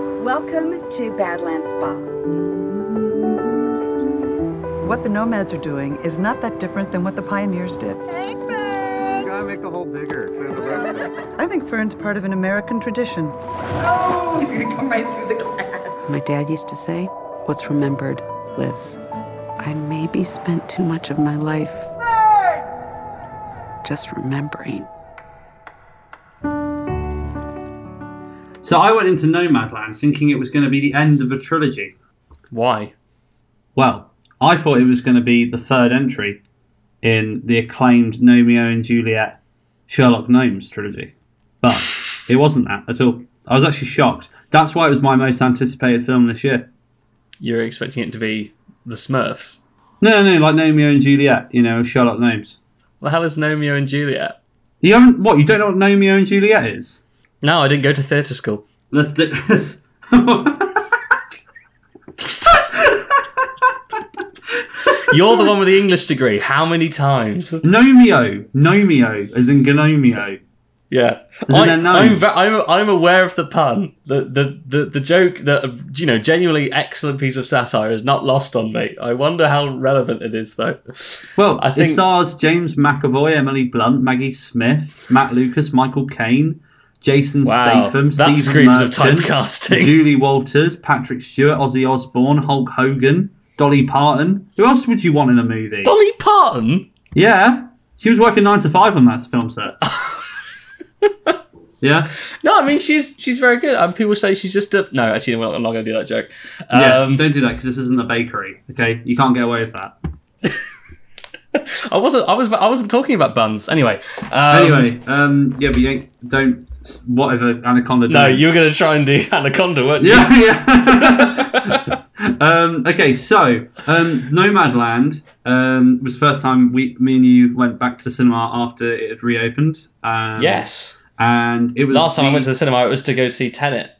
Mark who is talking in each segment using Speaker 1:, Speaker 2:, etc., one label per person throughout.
Speaker 1: Welcome to Badlands Spa.
Speaker 2: What the nomads are doing is not that different than what the pioneers did.
Speaker 3: Gotta make the hole bigger. So the left.
Speaker 2: I think Fern's part of an American tradition.
Speaker 1: Oh, he's gonna come right through the glass.
Speaker 4: My dad used to say, What's remembered lives. I maybe spent too much of my life just remembering.
Speaker 5: So I went into Nomadland thinking it was going to be the end of a trilogy.
Speaker 6: Why?
Speaker 5: Well, I thought it was going to be the third entry in the acclaimed Nomeo and Juliet Sherlock Gnomes trilogy. But it wasn't that at all. I was actually shocked. That's why it was my most anticipated film this year.
Speaker 6: You're expecting it to be the Smurfs.
Speaker 5: No, no, no, like Nomeo and Juliet, you know, Sherlock Gnomes.
Speaker 6: The hell is Romeo and Juliet?
Speaker 5: You haven't, what, you don't know what Nomeo and Juliet is?
Speaker 6: No, I didn't go to theatre school.
Speaker 5: Let's, let's
Speaker 6: You're the one with the English degree. How many times?
Speaker 5: Nomeo, Nomeo, as in Gnomeo.
Speaker 6: Yeah,
Speaker 5: As in
Speaker 6: I,
Speaker 5: their
Speaker 6: am
Speaker 5: names.
Speaker 6: I'm I'm aware of the pun. The, the the the joke that uh, you know genuinely excellent piece of satire is not lost on me. I wonder how relevant it is though.
Speaker 5: Well,
Speaker 6: I
Speaker 5: it
Speaker 6: think-
Speaker 5: stars James McAvoy, Emily Blunt, Maggie Smith, Matt Lucas, Michael Caine, Jason
Speaker 6: Wow,
Speaker 5: Statham,
Speaker 6: that
Speaker 5: Stephen
Speaker 6: screams of
Speaker 5: Merchant,
Speaker 6: typecasting.
Speaker 5: Julie Walters, Patrick Stewart, Ozzy Osbourne, Hulk Hogan, Dolly Parton. Who else would you want in a movie?
Speaker 6: Dolly Parton.
Speaker 5: yeah, she was working nine to five on that film set. yeah,
Speaker 6: No, I mean she's she's very good. Um, people say she's just a no. Actually, we're not- I'm not going to do that joke. Um,
Speaker 5: yeah. don't do that because this isn't a bakery. Okay, you can't get away with that.
Speaker 6: I wasn't. I was. I wasn't talking about buns. Anyway. Um,
Speaker 5: Anyway, um, yeah, but you ain't- don't whatever Anaconda.
Speaker 6: No,
Speaker 5: don't.
Speaker 6: you were going to try and do Anaconda, weren't you?
Speaker 5: Yeah, yeah. um, okay, so um, Nomadland um, was the first time we, me and you went back to the cinema after it had reopened. Um,
Speaker 6: Yes.
Speaker 5: and it was
Speaker 6: Last time I
Speaker 5: the-
Speaker 6: went to the cinema, it was to go see Tenet.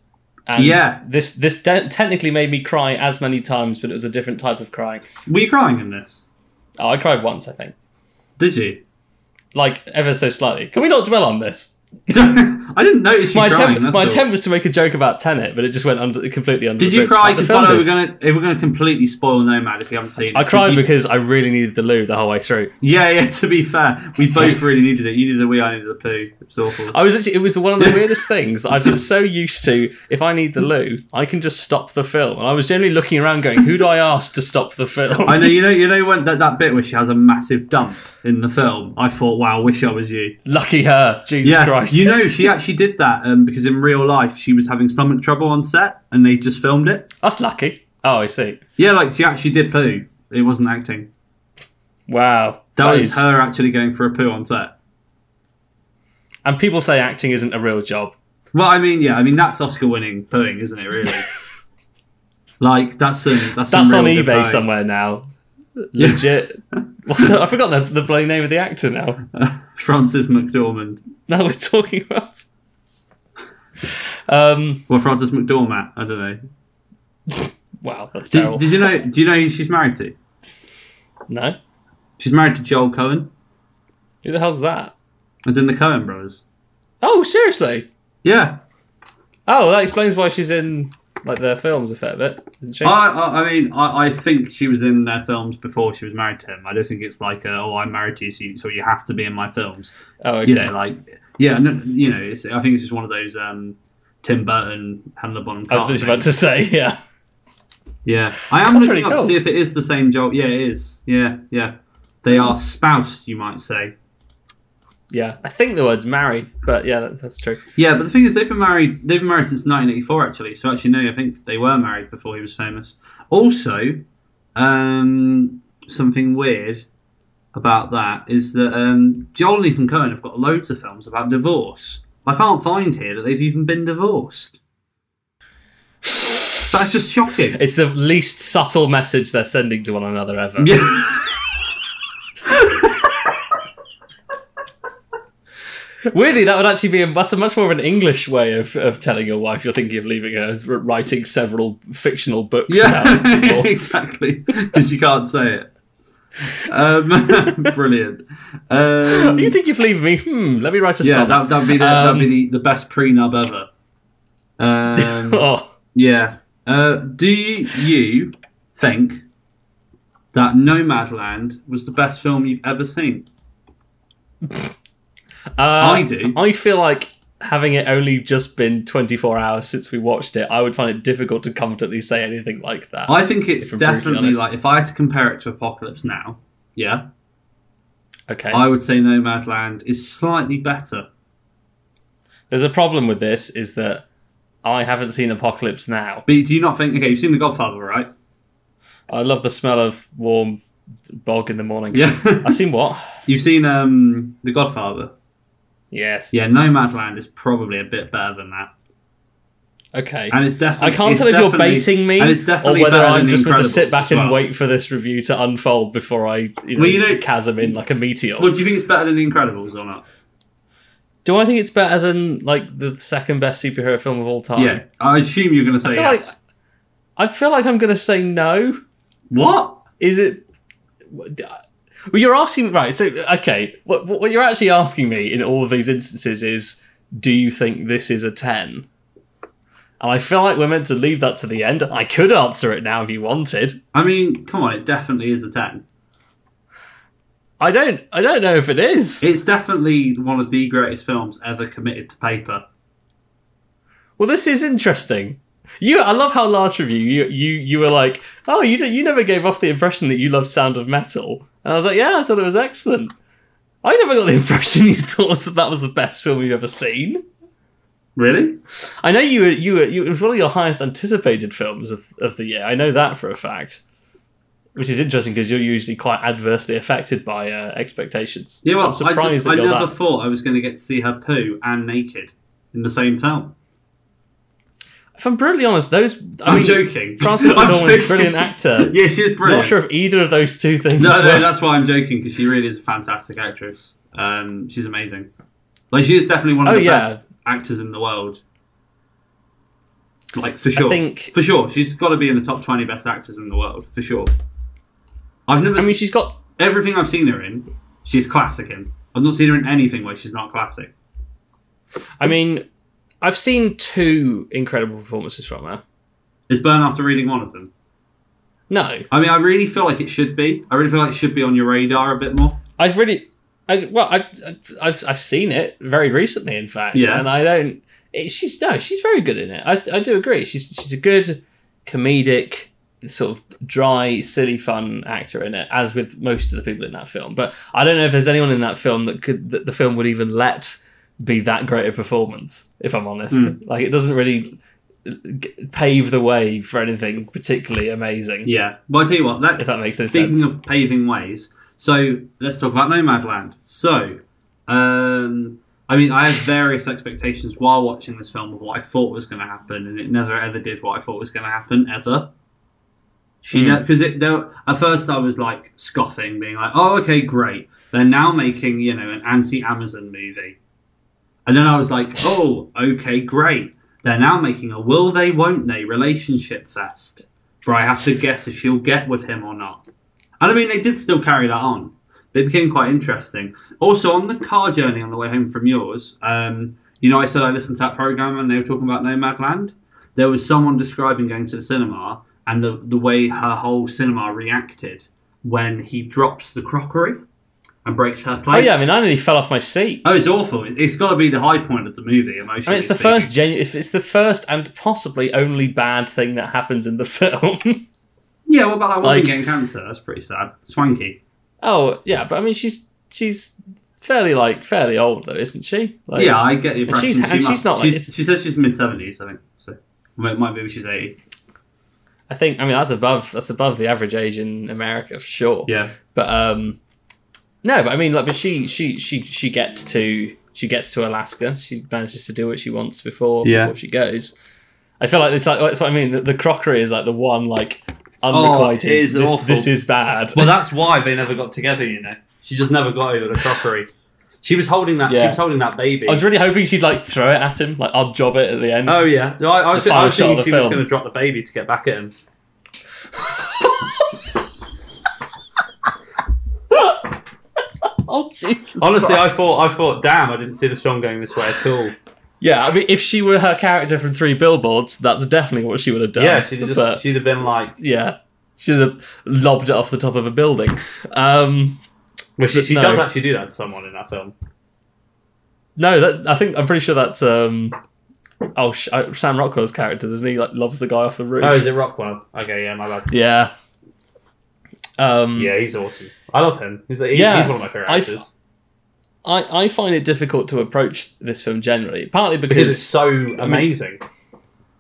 Speaker 6: And
Speaker 5: Yeah.
Speaker 6: This this de- technically made me cry as many times, but it was a different type of crying.
Speaker 5: Were you crying in this?
Speaker 6: Oh, I cried once, I think,
Speaker 5: Did you?
Speaker 6: like ever so slightly. Can we not dwell on this?
Speaker 5: So, I didn't notice you
Speaker 6: My
Speaker 5: crying.
Speaker 6: attempt
Speaker 5: that's
Speaker 6: my
Speaker 5: all.
Speaker 6: attempt was to make a joke about Tenet, but it just went under completely under.
Speaker 5: Did
Speaker 6: the
Speaker 5: you
Speaker 6: bridge,
Speaker 5: cry?
Speaker 6: like the
Speaker 5: Because
Speaker 6: film
Speaker 5: by the way, we're
Speaker 6: did.
Speaker 5: gonna if we're gonna completely spoil Nomad if you haven't seen it.
Speaker 6: I
Speaker 5: So
Speaker 6: cried
Speaker 5: you-
Speaker 6: because I really needed the loo the whole way through.
Speaker 5: yeah, yeah. To be fair, we both really needed it. You needed the wee, I needed the poo. It was awful.
Speaker 6: I was actually, it was one of the weirdest things that I've been so used to. If I need the loo, I can just stop the film. And I was generally looking around, going, "Who do I ask to stop the film?"
Speaker 5: I know you know you know when that, that bit where she has a massive dump in the film. I thought, wow, wish I was you.
Speaker 6: Lucky her, Jesus
Speaker 5: Yeah,
Speaker 6: Christ!
Speaker 5: you know she actually did that um, because in real life she was having stomach trouble on set and they just filmed it.
Speaker 6: that's lucky. Oh, I see.
Speaker 5: Yeah, like she actually did poo. It wasn't acting.
Speaker 6: Wow,
Speaker 5: That, was
Speaker 6: is-
Speaker 5: her actually going for a poo on set.
Speaker 6: And people say acting isn't a real job.
Speaker 5: Well, I mean, yeah, I mean that's Oscar-winning pooing, isn't it? Really. Like that's some that's, some
Speaker 6: That's on
Speaker 5: real good
Speaker 6: eBay
Speaker 5: pooing.
Speaker 6: somewhere now. Legit. What's that? I forgot the, the bloody name of the actor now.
Speaker 5: Francis McDormand.
Speaker 6: Now we're talking about. Um.
Speaker 5: Well, Francis McDormand. I don't know.
Speaker 6: Wow, that's
Speaker 5: Did,
Speaker 6: terrible.
Speaker 5: did you know? Do you know who she's married to?
Speaker 6: No,
Speaker 5: She's married to Joel Cohen.
Speaker 6: who the hell's that?
Speaker 5: As in the Cohen brothers.
Speaker 6: Oh, seriously?
Speaker 5: Yeah.
Speaker 6: Oh, that explains why she's in like their films a fair bit, isn't she?
Speaker 5: I, I, I mean, I, I think she was in their films before she was married to him. I don't think it's like, uh, oh, I'm married to you, so you, so you have to be in my films.
Speaker 6: oh, okay.
Speaker 5: You know, like, yeah, no, you know, it's, I think it's just one of those um, Tim Burton, Hannah Bonham
Speaker 6: I was just
Speaker 5: Carter
Speaker 6: about to
Speaker 5: things.
Speaker 6: say, yeah.
Speaker 5: Yeah, I am
Speaker 6: That's
Speaker 5: looking
Speaker 6: really
Speaker 5: up
Speaker 6: cool.
Speaker 5: to see if it is the same Joel. Yeah, it is. Yeah, yeah. They are spoused, you might say.
Speaker 6: Yeah, I think the word's married, but yeah, that, that's true.
Speaker 5: Yeah, but the thing is, they've been married. They've been married since 1984, actually. So actually, no, I think they were married before he was famous. Also, um, something weird about that is that um, Joel and Ethan Cohen have got loads of films about divorce. I can't find here that they've even been divorced. That's just shocking.
Speaker 6: It's the least subtle message they're sending to one another ever.
Speaker 5: Yeah.
Speaker 6: Weirdly, that would actually be a, that's a much more of an English way of, of telling your wife you're thinking of leaving her, is writing several fictional books about
Speaker 5: Yeah,
Speaker 6: divorce.
Speaker 5: exactly. Because you can't say it. Um, brilliant. Um,
Speaker 6: You think you've leaving me? Hmm, let me write a
Speaker 5: Yeah,
Speaker 6: song.
Speaker 5: that, that'd be the,
Speaker 6: Um,
Speaker 5: that'd be the, the best prenub ever. Um,
Speaker 6: oh,
Speaker 5: Yeah. Uh, do you think that Nomadland was the best film you've ever seen?
Speaker 6: Uh,
Speaker 5: I do.
Speaker 6: I feel like having it only just been 24 hours since we watched it, I would find it difficult to confidently say anything like that.
Speaker 5: I think it's
Speaker 6: If I'm brutally
Speaker 5: definitely
Speaker 6: honest.
Speaker 5: like if I had to compare it to Apocalypse Now, yeah,
Speaker 6: okay.
Speaker 5: I would say Nomadland is slightly better.
Speaker 6: There's a problem with this is that I haven't seen Apocalypse Now.
Speaker 5: But do you not think? Okay, you've seen The Godfather, right?
Speaker 6: I love the smell of warm bog in the morning.
Speaker 5: Yeah,
Speaker 6: I've seen what?
Speaker 5: you've seen um, The Godfather.
Speaker 6: Yes.
Speaker 5: Yeah, Nomadland is probably a bit better than that,
Speaker 6: Okay.
Speaker 5: and it's definitely.
Speaker 6: I can't
Speaker 5: it's
Speaker 6: tell if you're
Speaker 5: definitely-
Speaker 6: baiting me
Speaker 5: and it's definitely
Speaker 6: or whether
Speaker 5: better
Speaker 6: I'm
Speaker 5: than
Speaker 6: just meant to
Speaker 5: Incredibles
Speaker 6: sit back
Speaker 5: as
Speaker 6: and
Speaker 5: well.
Speaker 6: wait for this review to unfold before I, you know,
Speaker 5: Well, you know-
Speaker 6: chasm in like a meteor.
Speaker 5: Well, do you think it's better than The Incredibles or not?
Speaker 6: Do I think it's better than like the second best superhero film of all time?
Speaker 5: Yeah, I assume you're going to
Speaker 6: I
Speaker 5: say
Speaker 6: feel
Speaker 5: yes.
Speaker 6: like I feel like I'm gonna say no.
Speaker 5: What?
Speaker 6: Is it? Well, you're asking right. So okay, what, what you're actually asking me in all of these instances is, do you think this is a ten? And I feel like we're meant to leave that to the end. I could answer it now if you wanted.
Speaker 5: I mean, come on, it definitely is a ten.
Speaker 6: I don't. I don't know if it is.
Speaker 5: It's definitely one of the greatest films ever committed to paper.
Speaker 6: Well, this is interesting. You, I love how last review you you you were like, oh, you don't- you never gave off the impression that you loved Sound of Metal, and I was like, yeah, I thought it was excellent. I never got the impression you thought that that was the best film you've ever seen.
Speaker 5: Really?
Speaker 6: I know you were you were you, it was one of your highest anticipated films of of the year. I know that for a fact, which is interesting because you're usually quite adversely affected by uh, expectations.
Speaker 5: Yeah.
Speaker 6: So
Speaker 5: Well, I just I
Speaker 6: you're
Speaker 5: never
Speaker 6: that.
Speaker 5: thought I was going to get to see her poo and naked in the same film.
Speaker 6: If I'm brutally honest, those I
Speaker 5: I'm
Speaker 6: mean,
Speaker 5: joking.
Speaker 6: Frances
Speaker 5: I'm
Speaker 6: McDormand is a
Speaker 5: joking.
Speaker 6: brilliant actor.
Speaker 5: Yeah, she is
Speaker 6: I'm
Speaker 5: brilliant.
Speaker 6: Uh, not sure if either of those two things.
Speaker 5: no,
Speaker 6: were-
Speaker 5: no, that's why I'm joking because she really is a fantastic actress. Um, she's amazing. Like she is definitely one of
Speaker 6: Oh,
Speaker 5: the
Speaker 6: yeah.
Speaker 5: best actors in the world. Like for sure,
Speaker 6: think-
Speaker 5: for sure, she's got to be in the top twenty best actors in the world for sure. I've never.
Speaker 6: I mean,
Speaker 5: s-
Speaker 6: she's got.
Speaker 5: everything I've seen her in, she's classic in. I've not seen her in anything where she's not classic.
Speaker 6: I mean, I've seen two incredible performances from her.
Speaker 5: Is Burn after reading one of them?
Speaker 6: No,
Speaker 5: I mean, I really feel like it should be. I really feel like it should be on your radar a bit more.
Speaker 6: I've really, I well, I, I've I've seen it very recently, in fact.
Speaker 5: Yeah.
Speaker 6: and I don't. It, she's no, she's very good in it. I I do agree. She's she's a good comedic, sort of dry, silly, fun actor in it, as with most of the people in that film. But I don't know if there's anyone in that film that could that the film would even let be that great a performance. If I'm honest,
Speaker 5: Hmm.
Speaker 6: like it doesn't really g- pave the way for anything particularly amazing.
Speaker 5: Yeah. Well, I tell you what. Let's.
Speaker 6: If that makes any
Speaker 5: speaking
Speaker 6: sense.
Speaker 5: of paving ways, so let's talk about Nomadland. So, um, I mean, I had various expectations while watching this film of what I thought was going to happen, and it never ever did what I thought was going to happen ever. She
Speaker 6: Hmm.
Speaker 5: because it there, at first I was like scoffing, being like, "Oh, okay, great." They're now making you know an anti-Amazon movie, and then I was like, "Oh, okay, great." They're now making a will they won't they relationship fest where I have to guess if she'll get with him or not. And I mean, they did still carry that on. But it became quite interesting. Also, on the car journey on the way home from yours, um, you know, I said I listened to that program and they were talking about Nomadland. There was someone describing going to the cinema and the, the way her whole cinema reacted when he drops the crockery and breaks her
Speaker 6: Oh
Speaker 5: plate.
Speaker 6: yeah, I mean, I nearly fell off my seat.
Speaker 5: oh, it's awful. It- It's got to be the high point of the movie, emotionally.
Speaker 6: I mean, it's the
Speaker 5: speaking.
Speaker 6: first genu- if it's the first and possibly only bad thing that happens in the film.
Speaker 5: Yeah, what about that woman
Speaker 6: Like-
Speaker 5: getting cancer? That's pretty sad. Swanky.
Speaker 6: oh yeah, but I mean, she's she's fairly like fairly old though, isn't she? Like,
Speaker 5: yeah, I get the
Speaker 6: and
Speaker 5: impression
Speaker 6: she's-
Speaker 5: she
Speaker 6: and she's
Speaker 5: must-
Speaker 6: not like- it's-
Speaker 5: she says she's mid seventies, I think. So might, might maybe she's eighty.
Speaker 6: I think I mean that's above that's above the average age in America for sure.
Speaker 5: Yeah,
Speaker 6: but um, no, but I mean, like, but she she she she gets to she gets to Alaska. She manages to do what she wants before
Speaker 5: Yeah.
Speaker 6: before she goes. I feel like it's like that's what I mean. The, the crockery is like the one like unrequited.
Speaker 5: it is
Speaker 6: this,
Speaker 5: awful.
Speaker 6: this Oh, is bad.
Speaker 5: well, that's why they never got together. You know, she just never got over the crockery. She was holding that. She
Speaker 6: Yeah.
Speaker 5: was holding that baby.
Speaker 6: I was really hoping she'd like throw it at him, like odd job it at the end.
Speaker 5: oh yeah, no, I, I was,
Speaker 6: The
Speaker 5: I was
Speaker 6: final shot
Speaker 5: thinking
Speaker 6: of the
Speaker 5: she was
Speaker 6: film.
Speaker 5: going to drop the baby to get back at him.
Speaker 6: oh Jesus! Oh,
Speaker 5: Honestly, I thought, I thought, damn, I didn't see this film going this way at all.
Speaker 6: Yeah, I mean, if she were her character from Three Billboards, that's definitely what she would have done.
Speaker 5: Yeah, she'd have just
Speaker 6: But,
Speaker 5: she'd have been like,
Speaker 6: yeah, she'd have lobbed it off the top of a building. Um,
Speaker 5: well, she, she
Speaker 6: No.
Speaker 5: does actually do that to someone in that film.
Speaker 6: no, that's. I think I'm pretty sure that's. Um, oh, sh- uh, Sam Rockwell's character, doesn't he? Like lobs the guy off the roof.
Speaker 5: Oh, is it Rockwell? Okay, yeah, my bad.
Speaker 6: Yeah. Um,
Speaker 5: Yeah, he's awesome. I love him. He's, he-
Speaker 6: Yeah.
Speaker 5: he's one of my favorite
Speaker 6: I-
Speaker 5: actors
Speaker 6: I, I find it difficult to approach this film generally, partly
Speaker 5: because it's so amazing.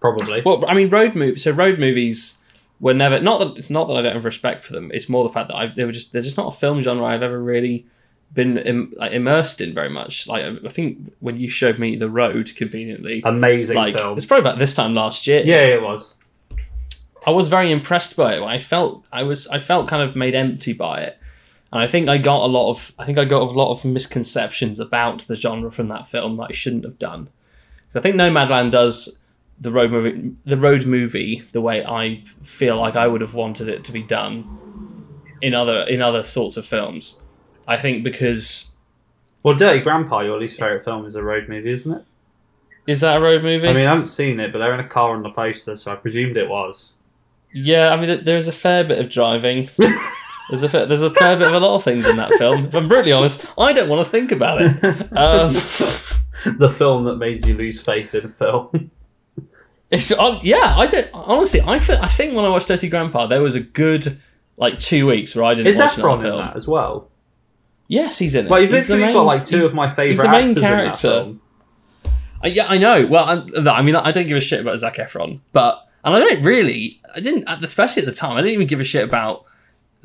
Speaker 5: Probably.
Speaker 6: Well, I mean, road movies. So road movies were never not that it's not that I don't have respect for them. It's more the fact that I they were just they're just not a film genre I've ever really been Im, like, immersed in very much. Like I think when you showed me The Road, conveniently,
Speaker 5: amazing
Speaker 6: like
Speaker 5: film.
Speaker 6: it's probably about this time last year.
Speaker 5: Yeah, it was.
Speaker 6: I was very impressed by it. I felt I was I felt kind of made empty by it, and I think I got a lot of I think I got a lot of misconceptions about the genre from that film that I shouldn't have done. 'Cause I think Nomadland does the road movie the road movie the way I feel like I would have wanted it to be done in other in other sorts of films. I think because
Speaker 5: Well, Dirty Grandpa, your least favorite film, is a road movie, isn't it?
Speaker 6: is that a road movie?
Speaker 5: I mean, I haven't seen it, but they're in a car on the poster, so I presumed it was.
Speaker 6: Yeah, I mean, th- there is a fair bit of driving. there's a fair, there's a fair bit of a lot of things in that film. If I'm brutally honest, I don't want to think about it. Um,
Speaker 5: The film that made you lose faith in film.
Speaker 6: if, uh, yeah, I don't. Honestly, I fe- I think when I watched Dirty Grandpa, there was a good like two weeks where I didn't
Speaker 5: Is
Speaker 6: watch another
Speaker 5: Efron in
Speaker 6: film.
Speaker 5: that as well?
Speaker 6: Yes, he's in it.
Speaker 5: Like, you've
Speaker 6: He's the
Speaker 5: literally
Speaker 6: main-
Speaker 5: got like two
Speaker 6: he's-
Speaker 5: of my favorite
Speaker 6: he's the main
Speaker 5: actors
Speaker 6: character.
Speaker 5: in that film.
Speaker 6: I, Uh, yeah, I know. Well, I, I mean, I don't give a shit about Zac Efron, but and I don't really, I didn't, especially at the time, I didn't even give a shit about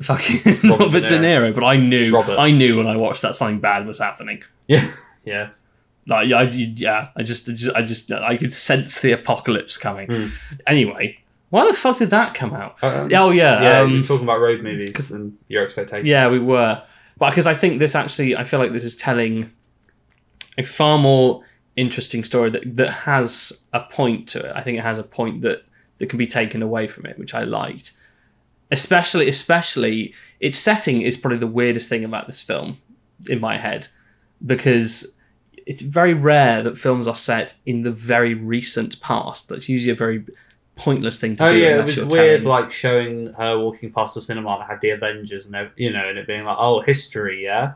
Speaker 6: fucking Robert,
Speaker 5: Robert De
Speaker 6: De, Niro. But I knew,
Speaker 5: Robert.
Speaker 6: I knew when I watched that something bad was happening.
Speaker 5: Yeah, yeah.
Speaker 6: Like, yeah, I, yeah, I just, I just, I just, I could sense the apocalypse coming. Anyway, why the fuck did that come out?
Speaker 5: Uh,
Speaker 6: oh yeah,
Speaker 5: Yeah,
Speaker 6: um,
Speaker 5: we're talking about road movies and your expectations.
Speaker 6: yeah, we were. But because I think this actually, I feel like this is telling a far more interesting story that, that has a point to it. I think it has a point that, that can be taken away from it, which I liked. Especially, especially, its setting is probably the weirdest thing about this film in my head because it's very rare that films are set in the very recent past. That's usually a very pointless thing to
Speaker 5: Oh
Speaker 6: do.
Speaker 5: yeah, it
Speaker 6: unless
Speaker 5: was
Speaker 6: you're
Speaker 5: weird,
Speaker 6: telling-
Speaker 5: like showing her walking past the cinema that had the Avengers, and ev- you know, and it being like, "Oh, history, yeah."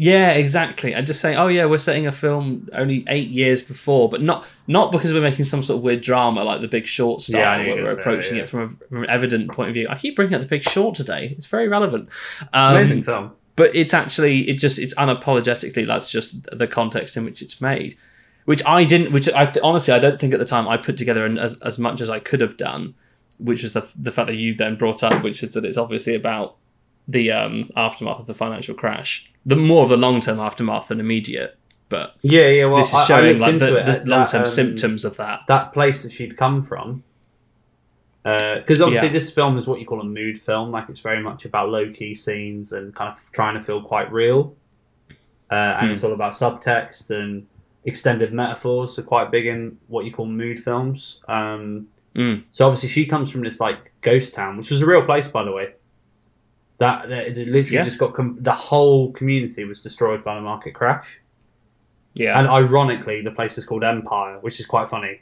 Speaker 6: Yeah, exactly. I just say, oh yeah, we're setting a film only eight years before, but not not because we're making some sort of weird drama like The Big Short style.
Speaker 5: Yeah, I knew
Speaker 6: where
Speaker 5: you
Speaker 6: we're
Speaker 5: were gonna say that,
Speaker 6: approaching
Speaker 5: yeah.
Speaker 6: it from, a, from an evident point of view. I keep bringing up The Big Short today. It's very relevant,
Speaker 5: Amazing
Speaker 6: um,
Speaker 5: film.
Speaker 6: but it's actually it just it's unapologetically that's just the context in which it's made, which I didn't. Which I honestly I don't think at the time I put together an, as as much as I could have done, which is the the fact that you then brought up, which is that it's obviously about the um, aftermath of the financial crash, the more of the long term aftermath than immediate. But
Speaker 5: Yeah, yeah. Well,
Speaker 6: this
Speaker 5: I-
Speaker 6: is
Speaker 5: I
Speaker 6: showing
Speaker 5: looked
Speaker 6: like
Speaker 5: into
Speaker 6: the,
Speaker 5: it
Speaker 6: the
Speaker 5: at
Speaker 6: long term
Speaker 5: that, um,
Speaker 6: symptoms of that.
Speaker 5: That place that she'd come from, because obviously
Speaker 6: Yeah.
Speaker 5: this film is what you call a mood film. Like it's very much about low key scenes and kind of trying to feel quite real, uh, and it's
Speaker 6: Hmm.
Speaker 5: all about subtext and extended metaphors. So quite big in what you call mood films. Um,
Speaker 6: Mm.
Speaker 5: So obviously she comes from this like ghost town, which was a real place, by the way. That, that it literally
Speaker 6: Yeah.
Speaker 5: just got com- the whole community was destroyed by the market crash,
Speaker 6: Yeah.
Speaker 5: and ironically, the place is called Empire, which is quite funny,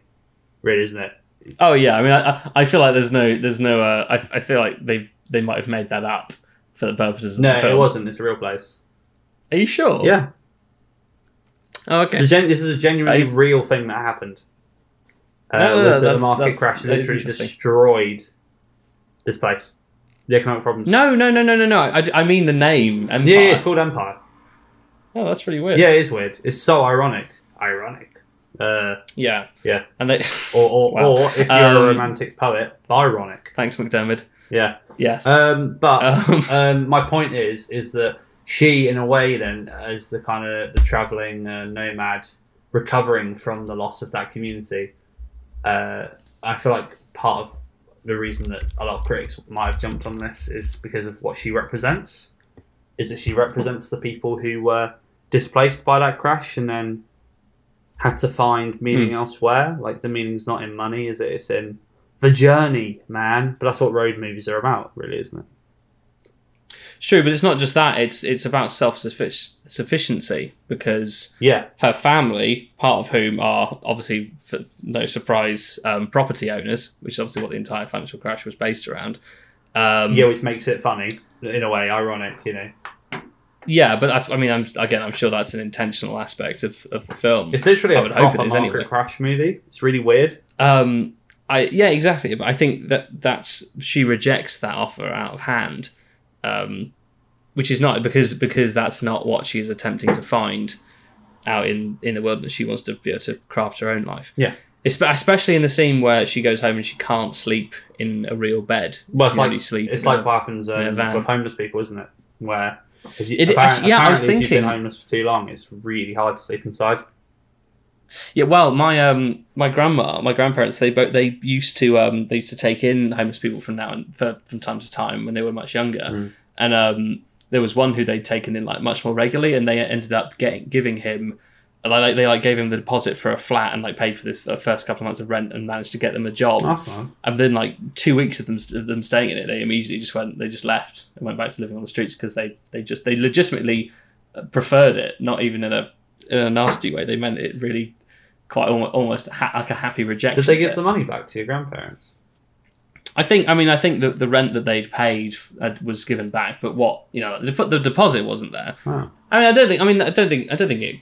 Speaker 5: really, isn't it?
Speaker 6: oh yeah. I mean, I, I- I feel like there's no there's no. Uh, I I feel like they they might have made that up for the purposes of
Speaker 5: No,
Speaker 6: the film.
Speaker 5: it wasn't. It's a real place.
Speaker 6: Are you sure?
Speaker 5: Yeah,
Speaker 6: Oh,
Speaker 5: It's a
Speaker 6: okay.
Speaker 5: gen- this is a genuinely
Speaker 6: That is-
Speaker 5: real thing that happened. Uh,
Speaker 6: No, no, no,
Speaker 5: was that the
Speaker 6: that's-
Speaker 5: market
Speaker 6: that's-
Speaker 5: crash
Speaker 6: that is
Speaker 5: literally
Speaker 6: interesting.
Speaker 5: destroyed this place. The economic problems.
Speaker 6: No, no, no, no, no, no. I, I mean the name. Empire.
Speaker 5: yeah, yeah, it's called Empire.
Speaker 6: oh, that's really weird.
Speaker 5: Yeah, it is weird. It's so ironic. Ironic. Uh,
Speaker 6: yeah,
Speaker 5: yeah.
Speaker 6: and they.
Speaker 5: Or, or,
Speaker 6: Wow.
Speaker 5: or if you're
Speaker 6: Um,
Speaker 5: a romantic poet, Byronic.
Speaker 6: Thanks, McDermott.
Speaker 5: Yeah.
Speaker 6: Yes.
Speaker 5: Um, but
Speaker 6: Um.
Speaker 5: um, my point is, is that she, in a way, then as the kind of the traveling uh, nomad, recovering from the loss of that community. Uh, I feel like part of the reason that a lot of critics might have jumped on this is because of what she represents. Is that she represents the people who were displaced by that crash and then had to find meaning elsewhere. Like the meaning's not in money, is it? It's in the journey, man. But that's what road movies are about, really, isn't it?
Speaker 6: It's true, but it's not just that. It's it's about self sufficiency because
Speaker 5: Yeah.
Speaker 6: her family, part of whom are obviously, for no surprise, um, property owners, which is obviously what the entire financial crash was based around. Um,
Speaker 5: Yeah, which makes it funny in a way, ironic, you know.
Speaker 6: yeah, but that's. I mean, I'm again, I'm sure that's an intentional aspect of, of the film.
Speaker 5: It's literally
Speaker 6: I
Speaker 5: a
Speaker 6: would hope
Speaker 5: proper
Speaker 6: it is
Speaker 5: Margaret
Speaker 6: anyway.
Speaker 5: Crash movie. It's really weird.
Speaker 6: Um, I yeah, exactly. But I think that that's she rejects that offer out of hand, um, which is not because because that's not what she's attempting to find out in in the wilderness. She wants to be able to craft her own life.
Speaker 5: Yeah.
Speaker 6: Espe- Especially in the scene where she goes home and she can't sleep in a real bed.
Speaker 5: Well, it's
Speaker 6: She can only
Speaker 5: like
Speaker 6: sleep
Speaker 5: it's
Speaker 6: in
Speaker 5: like
Speaker 6: a-
Speaker 5: what happens
Speaker 6: in a
Speaker 5: um,
Speaker 6: van.
Speaker 5: with homeless people, isn't it? Where if you,
Speaker 6: It-
Speaker 5: apparent-
Speaker 6: yeah, I
Speaker 5: apparently
Speaker 6: was
Speaker 5: if you've
Speaker 6: thinking-
Speaker 5: been homeless for too long, it's really hard to sleep inside.
Speaker 6: Yeah, well, my um, my grandma, my grandparents, they both they used to um, they used to take in homeless people from now and for, from time to time when they were much younger, and um, there was one who they'd taken in like much more regularly, and they ended up getting giving him. Like they like gave him the deposit for a flat and like paid for this uh, first couple of months of rent and managed to get them a job.
Speaker 5: That's nice.
Speaker 6: And then like two weeks of them of them staying in it, they immediately just went they just left and went back to living on the streets because they they just they legitimately uh, preferred it, not even in a in a nasty way. They meant it really quite almost, almost ha- like a happy rejection.
Speaker 5: Did they
Speaker 6: of
Speaker 5: give
Speaker 6: it.
Speaker 5: the money back to your grandparents?
Speaker 6: I think. I mean, I think that the rent that they'd paid uh, was given back, but what you know, the, the deposit wasn't there.
Speaker 5: Oh,
Speaker 6: I mean, I don't think. I mean, I don't think. I don't think it.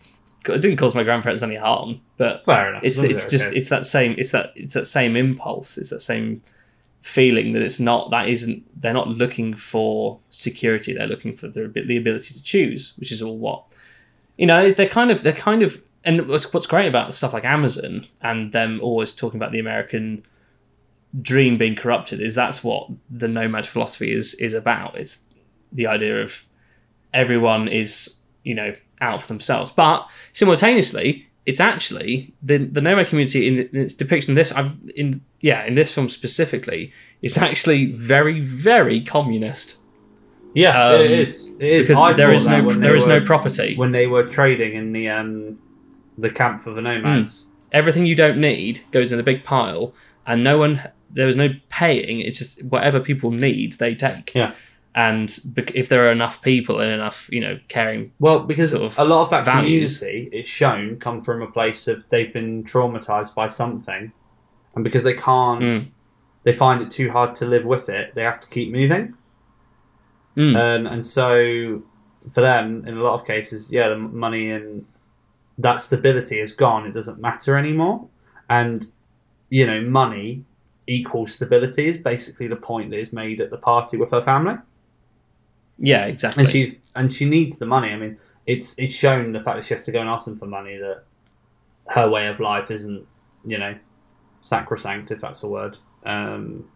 Speaker 6: It didn't cause my grandparents any harm, but
Speaker 5: fair enough.
Speaker 6: it's
Speaker 5: Those
Speaker 6: it's
Speaker 5: are
Speaker 6: just
Speaker 5: okay.
Speaker 6: it's that same it's that it's that same impulse it's that same feeling that it's not that isn't they're not looking for security they're looking for their abi- the ability to choose which is all what you know they're kind of they're kind of and what's what's great about stuff like Amazon and them always talking about the American dream being corrupted is that's what the nomad philosophy is is about it's the idea of everyone is you know out for themselves but simultaneously it's actually the the nomad community in, in its depiction of this i'm in yeah in this film specifically is actually very very communist
Speaker 5: yeah,
Speaker 6: um,
Speaker 5: it is. It is.
Speaker 6: because
Speaker 5: I
Speaker 6: there
Speaker 5: thought
Speaker 6: is
Speaker 5: that
Speaker 6: no
Speaker 5: when they
Speaker 6: there is
Speaker 5: were,
Speaker 6: no property
Speaker 5: when they were trading in the um the camp for the nomads.
Speaker 6: Hmm. everything you don't need goes in a big pile and no one there is no paying it's just whatever people need they take
Speaker 5: Yeah.
Speaker 6: and bec- if there are enough people and enough you know caring
Speaker 5: Well, because
Speaker 6: Sort of
Speaker 5: a lot of that
Speaker 6: values.
Speaker 5: community it's shown come from a place of they've been traumatized by something, and because they can't,
Speaker 6: Mm.
Speaker 5: they find it too hard to live with it. They have to keep moving,
Speaker 6: Mm.
Speaker 5: um, and so for them, in a lot of cases, yeah, the m- money and that stability is gone. It doesn't matter anymore, and you know, money equals stability is basically the point that is made at the party with her family
Speaker 6: yeah exactly
Speaker 5: and she's and she needs the money. I mean, it's it's shown the fact that she has to go and ask them for money that her way of life isn't, you know, sacrosanct if that's a word. Um,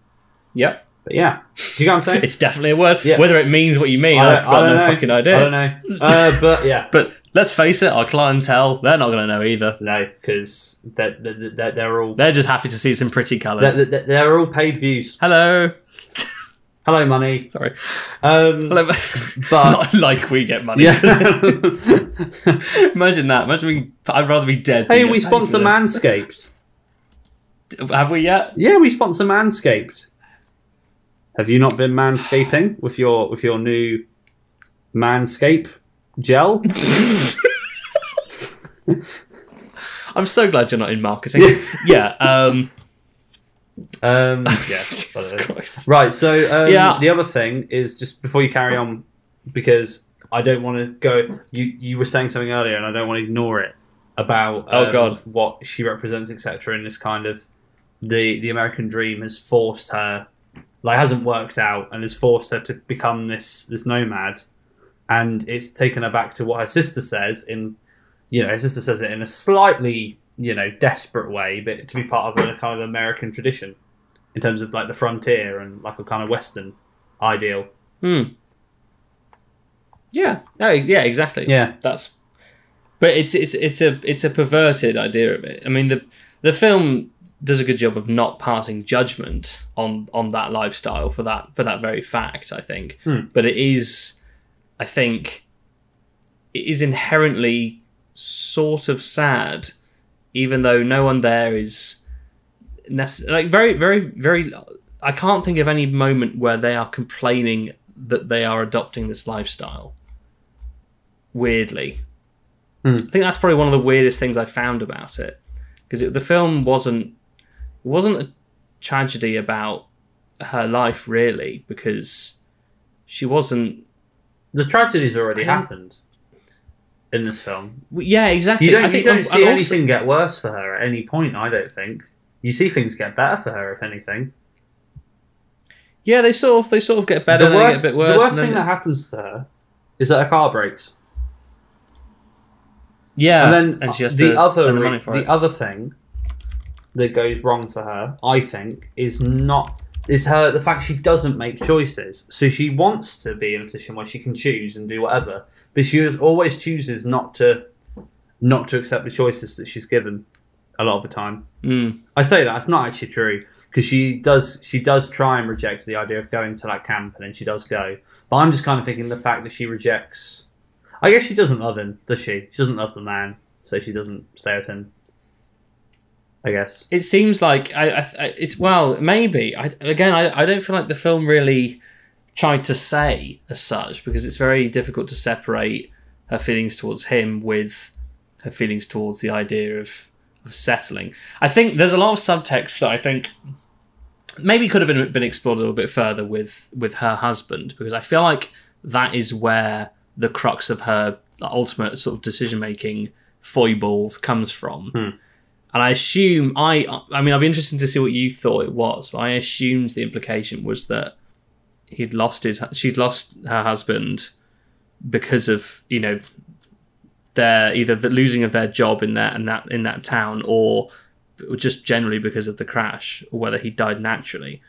Speaker 6: yep
Speaker 5: but yeah, do you get what I'm saying?
Speaker 6: It's definitely a word.
Speaker 5: Yeah.
Speaker 6: Whether it means what you mean,
Speaker 5: I
Speaker 6: I've
Speaker 5: don't- I
Speaker 6: got
Speaker 5: don't
Speaker 6: no
Speaker 5: know.
Speaker 6: fucking idea.
Speaker 5: I don't know, uh, but yeah,
Speaker 6: But let's face it, our clientele, they're not going to know either.
Speaker 5: no, because they're, they're, they're, they're all
Speaker 6: They're just happy to see some pretty colours.
Speaker 5: they're, they're, they're all paid views.
Speaker 6: Hello.
Speaker 5: Hello, money.
Speaker 6: Sorry.
Speaker 5: Um,
Speaker 6: Hello.
Speaker 5: But-
Speaker 6: like we get money.
Speaker 5: Yeah.
Speaker 6: for this. Imagine that. Imagine being, I'd rather be dead. than
Speaker 5: hey,
Speaker 6: get
Speaker 5: we
Speaker 6: paid for
Speaker 5: sponsor
Speaker 6: this.
Speaker 5: Manscaped.
Speaker 6: Have we yet?
Speaker 5: Yeah, we sponsor Manscaped. Have you not been manscaping with your with your new Manscape gel?
Speaker 6: I'm so glad you're not in marketing. yeah. Um,
Speaker 5: Um, yeah.
Speaker 6: Jesus
Speaker 5: whatever.
Speaker 6: Christ.
Speaker 5: right. So um,
Speaker 6: Yeah.
Speaker 5: the other thing is just before you carry on, because I don't want to go. You you were saying something earlier, and I don't want to ignore it about
Speaker 6: Oh,
Speaker 5: um,
Speaker 6: God.
Speaker 5: what she represents, etc. And this kind of the the American dream has forced her, like hasn't worked out, and has forced her to become this this nomad, and it's taken her back to what her sister says in you know, his sister says it in a slightly, you know, desperate way, but to be part of a kind of American tradition in terms of like the frontier and like a kind of Western ideal.
Speaker 6: Hmm. Yeah. No, yeah, exactly.
Speaker 5: Yeah.
Speaker 6: that's but it's it's it's a it's a perverted idea of it i mean the the film does a good job of not passing judgment on on that lifestyle for that for that very fact i think but it is i think it is inherently sort of sad even though no one there is necess- like very very very i can't think of any moment where they are complaining that they are adopting this lifestyle. Weirdly,
Speaker 5: Hmm.
Speaker 6: I think that's probably one of the weirdest things I found about it because the film wasn't it wasn't a tragedy about her life really because she wasn't.
Speaker 5: The tragedy's already
Speaker 6: I don't-
Speaker 5: happened in this film.
Speaker 6: well, Yeah, exactly.
Speaker 5: You don't,
Speaker 6: I think
Speaker 5: you don't
Speaker 6: and-
Speaker 5: see
Speaker 6: and also-
Speaker 5: anything get worse for her at any point. I don't think you see things get better for her, if anything.
Speaker 6: Yeah, they sort of they sort of get better.
Speaker 5: the
Speaker 6: and
Speaker 5: worst,
Speaker 6: they get a bit worse.
Speaker 5: the worst
Speaker 6: and then
Speaker 5: thing that
Speaker 6: it's-
Speaker 5: happens to her is that her car breaks.
Speaker 6: Yeah,
Speaker 5: and then
Speaker 6: she has
Speaker 5: the
Speaker 6: to
Speaker 5: other
Speaker 6: earn the money for
Speaker 5: the
Speaker 6: it.
Speaker 5: other thing that goes wrong for her, I think, is not is her the fact she doesn't make choices. So she wants to be in a position where she can choose and do whatever, but she is- always chooses not to not to accept the choices that she's given a lot of the time.
Speaker 6: Mm.
Speaker 5: I say that it's not actually true because she does she does try and reject the idea of going to that camp, and then she does go. But I'm just kind of thinking the fact that she rejects. I guess she doesn't love him, does she? She doesn't love the man, so she doesn't stay with him. I guess.
Speaker 6: It seems like I, I, I it's well maybe I again I, I don't feel like the film really tried to say as such because it's very difficult to separate her feelings towards him with her feelings towards the idea of of settling. I think there's a lot of subtext that I think maybe could have been, been explored a little bit further with with her husband because I feel like that is where the crux of her ultimate sort of decision making foibles comes from. And I assume I I mean I'd be interested to see what you thought it was, but I assumed the implication was that he'd lost his she'd lost her husband because of, you know, their either the losing of their job in that in that in that town or just generally because of the crash or whether he died naturally.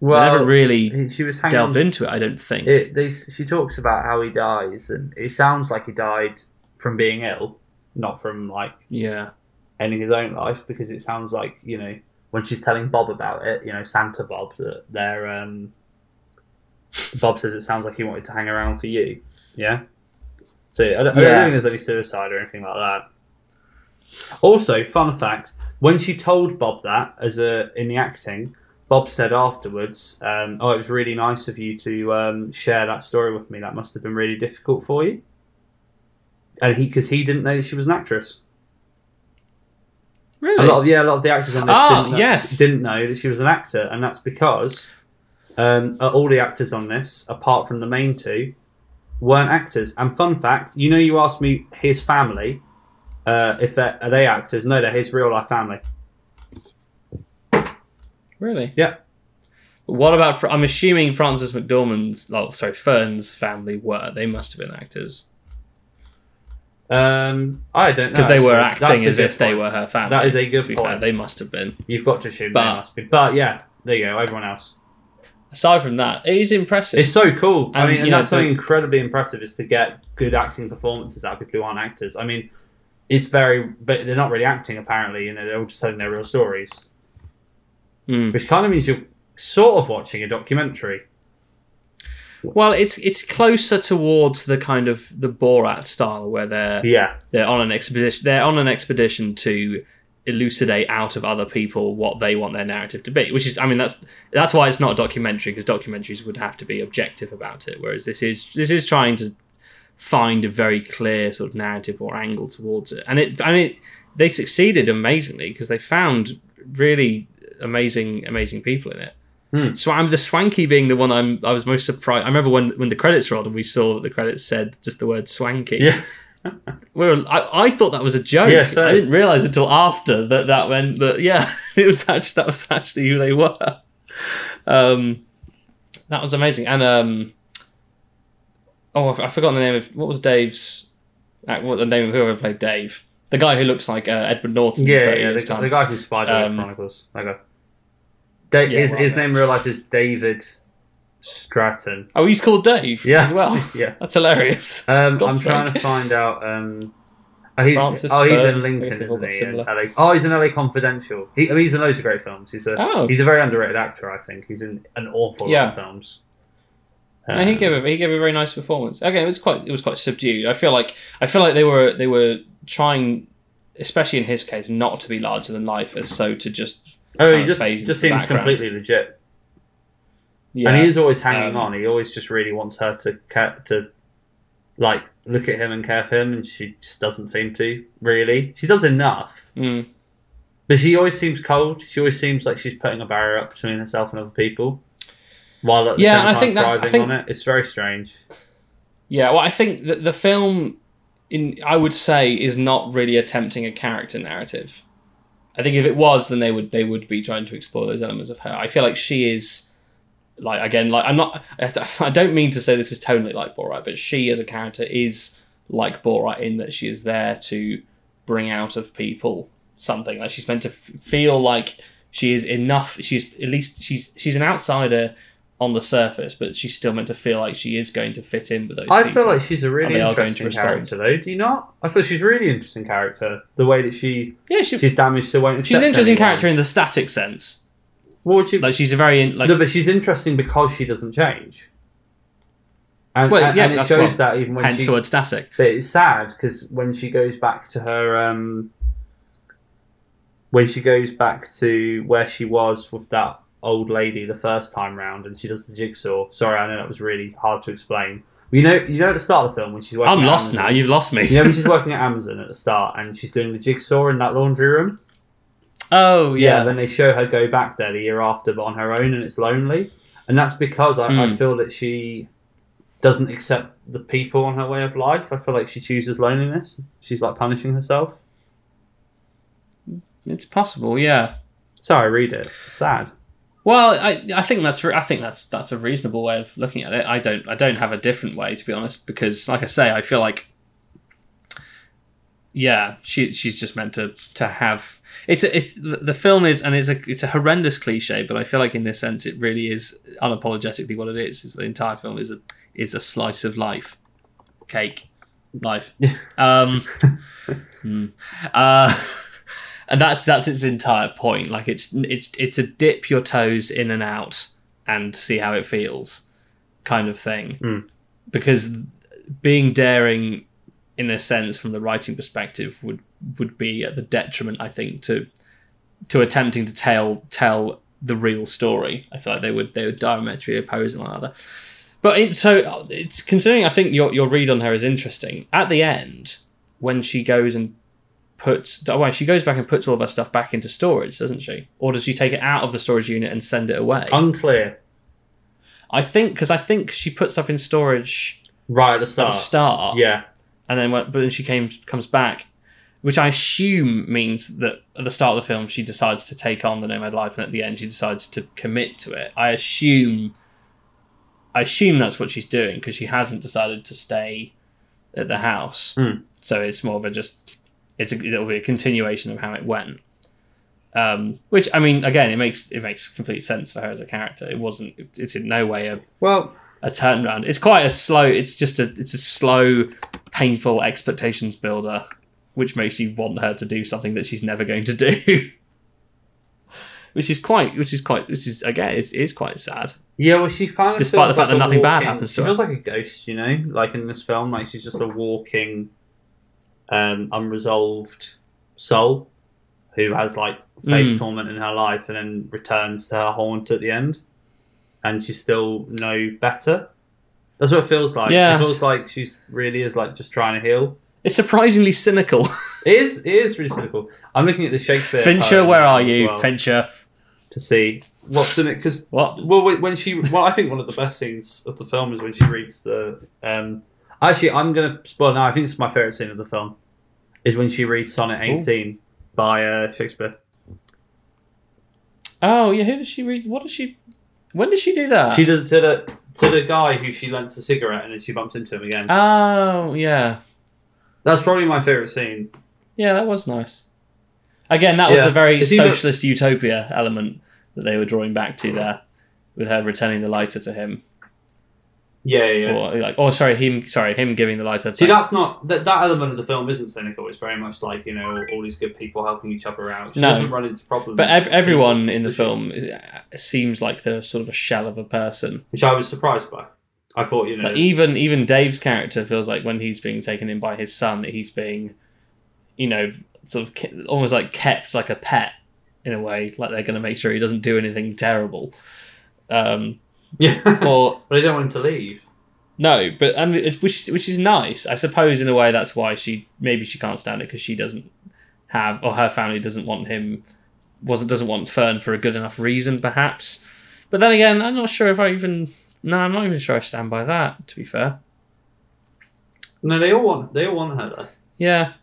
Speaker 6: They never really
Speaker 5: she was
Speaker 6: delved into it, I don't think.
Speaker 5: It, they, she talks about how he dies, and it sounds like he died from being ill, not from like
Speaker 6: yeah.
Speaker 5: ending his own life because it sounds like you know when she's telling Bob about it, you know Santa Bob that they're um, Bob says it sounds like he wanted to hang around for you, yeah. So I don't, I don't
Speaker 6: Yeah.
Speaker 5: think there's any suicide or anything like that. Also, fun fact: when she told Bob that as a in the acting, Bob said afterwards, um, "Oh, it was really nice of you to um, share that story with me. That must have been really difficult for you." And he, because he didn't know she was an actress.
Speaker 6: Really?
Speaker 5: A lot of yeah, a lot of the actors on this
Speaker 6: Ah,
Speaker 5: didn't, know,
Speaker 6: yes.
Speaker 5: didn't know that she was an actor, and that's because um, uh, all the actors on this, apart from the main two, weren't actors. And fun fact, you know, you asked me his family uh, if they're are they actors. No, they're his real life family.
Speaker 6: really?
Speaker 5: Yeah,
Speaker 6: What about? Fra- I'm assuming Frances McDormand's, oh, sorry, Fern's family were. They must have been actors
Speaker 5: um, I don't know
Speaker 6: because they were
Speaker 5: actually. That's
Speaker 6: acting
Speaker 5: a
Speaker 6: as
Speaker 5: good
Speaker 6: if they
Speaker 5: point.
Speaker 6: were her family.
Speaker 5: That is a good
Speaker 6: to be
Speaker 5: point.
Speaker 6: fair, they must have been.
Speaker 5: You've got to assume
Speaker 6: But-
Speaker 5: they must be. But yeah, there you go. Everyone else.
Speaker 6: Aside from that, it is impressive.
Speaker 5: It's so cool. I
Speaker 6: And,
Speaker 5: mean,
Speaker 6: you
Speaker 5: and
Speaker 6: know,
Speaker 5: that's something
Speaker 6: the-
Speaker 5: incredibly impressive is to get good acting performances out of people who aren't actors. I mean, it's very, but they're not really acting apparently. You know, they're all just telling their real stories,
Speaker 6: Mm.
Speaker 5: which kind of means you're sort of watching a documentary.
Speaker 6: Well, it's it's closer towards the kind of the Borat style where they're
Speaker 5: Yeah,
Speaker 6: they're on an expedition. They're on an expedition to elucidate out of other people what they want their narrative to be. Which is, I mean, that's that's why it's not a documentary because documentaries would have to be objective about it. Whereas this is this is trying to find a very clear sort of narrative or angle towards it, and it I mean they succeeded amazingly because they found really amazing amazing people in it.
Speaker 5: Hmm.
Speaker 6: So I'm the swanky being the one I'm I was most surprised. I remember when when the credits rolled and we saw that the credits said just the word swanky.
Speaker 5: yeah.
Speaker 6: We were, I, I thought that was a joke.
Speaker 5: Yeah, same.
Speaker 6: I didn't realize until after that that meant that yeah, it was actually that was actually who they were. Um, that was amazing. And um, oh, I've, I've forgotten the name of what was Dave's, uh, what the name of whoever played Dave, the guy who looks like uh, Edward Norton. in
Speaker 5: Yeah,
Speaker 6: 30
Speaker 5: yeah,
Speaker 6: years'
Speaker 5: the,
Speaker 6: time.
Speaker 5: the guy from Spider
Speaker 6: Um,
Speaker 5: Chronicles. That guy. Da-
Speaker 6: Yeah,
Speaker 5: his
Speaker 6: well,
Speaker 5: his name in
Speaker 6: that's-
Speaker 5: real life is David Stratton.
Speaker 6: Oh, he's called Dave.
Speaker 5: Yeah.
Speaker 6: as well.
Speaker 5: Yeah.
Speaker 6: that's hilarious.
Speaker 5: Um, I'm
Speaker 6: God's
Speaker 5: trying
Speaker 6: sake.
Speaker 5: to find out. Um, oh, he's,
Speaker 6: Francis
Speaker 5: oh, he's
Speaker 6: Fern.
Speaker 5: in
Speaker 6: I
Speaker 5: Lincoln,
Speaker 6: guess they've all
Speaker 5: isn't
Speaker 6: got
Speaker 5: he?
Speaker 6: similar.
Speaker 5: And LA oh, he's in LA Confidential. He, I mean, he's in loads of great films. He's a
Speaker 6: Oh.
Speaker 5: he's a very underrated actor, I think. He's in an awful lot
Speaker 6: Yeah.
Speaker 5: of films.
Speaker 6: No, he
Speaker 5: Um,
Speaker 6: gave a, he gave a very nice performance. Okay, it was quite it was quite subdued. I feel like I feel like they were they were trying, especially in his case, not to be larger than life, as so to just
Speaker 5: oh,
Speaker 6: kind
Speaker 5: he
Speaker 6: of
Speaker 5: just
Speaker 6: phased
Speaker 5: just
Speaker 6: into the
Speaker 5: seems
Speaker 6: background.
Speaker 5: completely legit.
Speaker 6: Yeah.
Speaker 5: And he is always hanging
Speaker 6: Um,
Speaker 5: on. He always just really wants her to ca- to like look at him and care for him, and she just doesn't seem to really. She does enough,
Speaker 6: Mm.
Speaker 5: but she always seems cold. She always seems like she's putting a barrier up between herself and other people, while at the
Speaker 6: Yeah,
Speaker 5: same
Speaker 6: and I
Speaker 5: time
Speaker 6: think that's- I
Speaker 5: thriving
Speaker 6: think-
Speaker 5: on it. It's very strange.
Speaker 6: Yeah, well, I think that the film, in I would say, is not really attempting a character narrative. I think if it was, then they would they would be trying to explore those elements of her. I feel like she is, like again, like I'm not. I don't mean to say this is totally like Borat, but she as a character is like Borat in that she is there to bring out of people something. Like she's meant to f- feel like she is enough. She's at least she's she's an outsider on the surface, but she's still meant to feel like she is going to fit in with those.
Speaker 5: I
Speaker 6: people.
Speaker 5: feel like she's a really
Speaker 6: they are going to
Speaker 5: interesting
Speaker 6: respond.
Speaker 5: character, though. Do you not? I feel she's a really interesting character. The way that she
Speaker 6: yeah, she's
Speaker 5: she's damaged, so won't.
Speaker 6: She's an
Speaker 5: accept
Speaker 6: interesting
Speaker 5: anyone.
Speaker 6: character in the static sense.
Speaker 5: What would you?
Speaker 6: Like she's a very in- like
Speaker 5: no, but she's interesting because she doesn't change. And,
Speaker 6: well,
Speaker 5: and-
Speaker 6: yeah,
Speaker 5: and it
Speaker 6: that's
Speaker 5: shows
Speaker 6: what-
Speaker 5: that even when
Speaker 6: hence
Speaker 5: she,
Speaker 6: the word static.
Speaker 5: but it's sad because when she goes back to her, um, when she goes back to where she was with that old lady the first time round, and she does the jigsaw. Sorry, I know that was really hard to explain. You know, you know, at the start of the film when she's working
Speaker 6: I'm
Speaker 5: at
Speaker 6: lost
Speaker 5: Amazon-
Speaker 6: now. You've lost me.
Speaker 5: You know, when she's working at Amazon at the start, and she's doing the jigsaw in that laundry room.
Speaker 6: oh
Speaker 5: Yeah,
Speaker 6: yeah,
Speaker 5: then they show her go back there the year after, but on her own, and it's lonely. And that's because I, I
Speaker 6: Mm.
Speaker 5: feel that she doesn't accept the people on her way of life. I feel like she chooses loneliness. She's like punishing herself.
Speaker 6: it's possible. Yeah.
Speaker 5: So I read it. It's sad.
Speaker 6: Well, I, I think that's re- I think that's that's a reasonable way of looking at it. I don't I don't have a different way to be honest because like I say I feel like yeah she she's just meant to to have it's a, it's the the film is and it's a it's a horrendous cliche but I feel like in this sense it really is unapologetically what it is is the entire film is a is a slice of life cake life um hmm. uh and that's that's its entire point. Like it's it's it's a dip your toes in and out and see how it feels kind of thing.
Speaker 5: Mm.
Speaker 6: Because being daring, in a sense, from the writing perspective, would would be at the detriment, I think, to to attempting to tell tell the real story. I feel like they would they would diametrically oppose one another. But it, so it's considering. I think your your read on her is interesting. At the end, when she goes and puts oh, wait, she goes back and puts all of her stuff back into storage, doesn't she? Or does she take it out of the storage unit and send it away?
Speaker 5: Unclear.
Speaker 6: I think because I think she put stuff in storage
Speaker 5: Right at the
Speaker 6: at
Speaker 5: start.
Speaker 6: the start,
Speaker 5: Ah, Yeah.
Speaker 6: and then when, but then she came comes back, which I assume means that at the start of the film she decides to take on the nomad life, and at the end she decides to commit to it. I assume, I assume that's what she's doing because she hasn't decided to stay at the house.
Speaker 5: Hmm.
Speaker 6: So it's more of a just it's a, it'll be a continuation of how it went. Um, which I mean, again, it makes it makes complete sense for her as a character. It wasn't. It's in no way a
Speaker 5: Well,
Speaker 6: a turnaround. It's quite a slow. It's just a it's a slow, painful expectations builder, which makes you want her to do something that she's never going to do. which is quite, which is quite, which is again, it's, it's quite sad.
Speaker 5: yeah. Well, she kind of
Speaker 6: Despite
Speaker 5: feels
Speaker 6: the fact
Speaker 5: like
Speaker 6: that
Speaker 5: a
Speaker 6: nothing bad
Speaker 5: walking-
Speaker 6: happens to
Speaker 5: she
Speaker 6: her.
Speaker 5: feels like a ghost. You know, like in this film, like she's just a walking, um, unresolved soul who has like face
Speaker 6: Mm.
Speaker 5: torment in her life and then returns to her haunt at the end, and she's still no better. That's what it feels like.
Speaker 6: Yes.
Speaker 5: It feels like she's really is like just trying to heal.
Speaker 6: It's surprisingly cynical.
Speaker 5: It is. It is really cynical. I'm looking at the Shakespeare.
Speaker 6: Fincher,
Speaker 5: poem
Speaker 6: where are
Speaker 5: as
Speaker 6: you,
Speaker 5: well.
Speaker 6: Fincher?
Speaker 5: to see what's in it because
Speaker 6: What?
Speaker 5: well when- when she well I think one of the best scenes of the film is when she reads the um actually I'm gonna spoil now I think it's my favorite scene of the film is when she reads Sonnet 18 by uh, Shakespeare
Speaker 6: Oh yeah, who does she read? What does she? When does she do that?
Speaker 5: she does it to the to the guy who she lends a cigarette and then she bumps into him again
Speaker 6: oh yeah,
Speaker 5: that's probably my favorite scene
Speaker 6: yeah, that was nice. Again, that was
Speaker 5: Yeah.
Speaker 6: the very
Speaker 5: It's either-
Speaker 6: socialist utopia element that they were drawing back to there, with her returning the lighter to him.
Speaker 5: yeah yeah, yeah.
Speaker 6: or like, oh, sorry, him, sorry, him giving the lighter.
Speaker 5: See
Speaker 6: back.
Speaker 5: that's not that, that element of the film isn't cynical. It's very much like you know all these good people helping each other out. She
Speaker 6: No.
Speaker 5: doesn't run into problems.
Speaker 6: But ev- everyone in the film uh, seems like they're sort of a shell of a person.
Speaker 5: which I was surprised by. I thought you know
Speaker 6: Like even even Dave's character feels like when he's being taken in by his son that he's being, you know, sort of ke- almost like kept like a pet in a way, like they're going to make sure he doesn't do anything terrible. Um,
Speaker 5: Yeah.
Speaker 6: or
Speaker 5: But they don't want him to leave.
Speaker 6: no, but and it- which is, which is nice, I suppose. In a way, that's why she maybe she can't stand it because she doesn't have or her family doesn't want him wasn't doesn't want Fern for a good enough reason, perhaps. But then again, I'm not sure if I even no, I'm not even sure I stand by that. To be fair,
Speaker 5: No, they all want. They all want her. Though.
Speaker 6: yeah,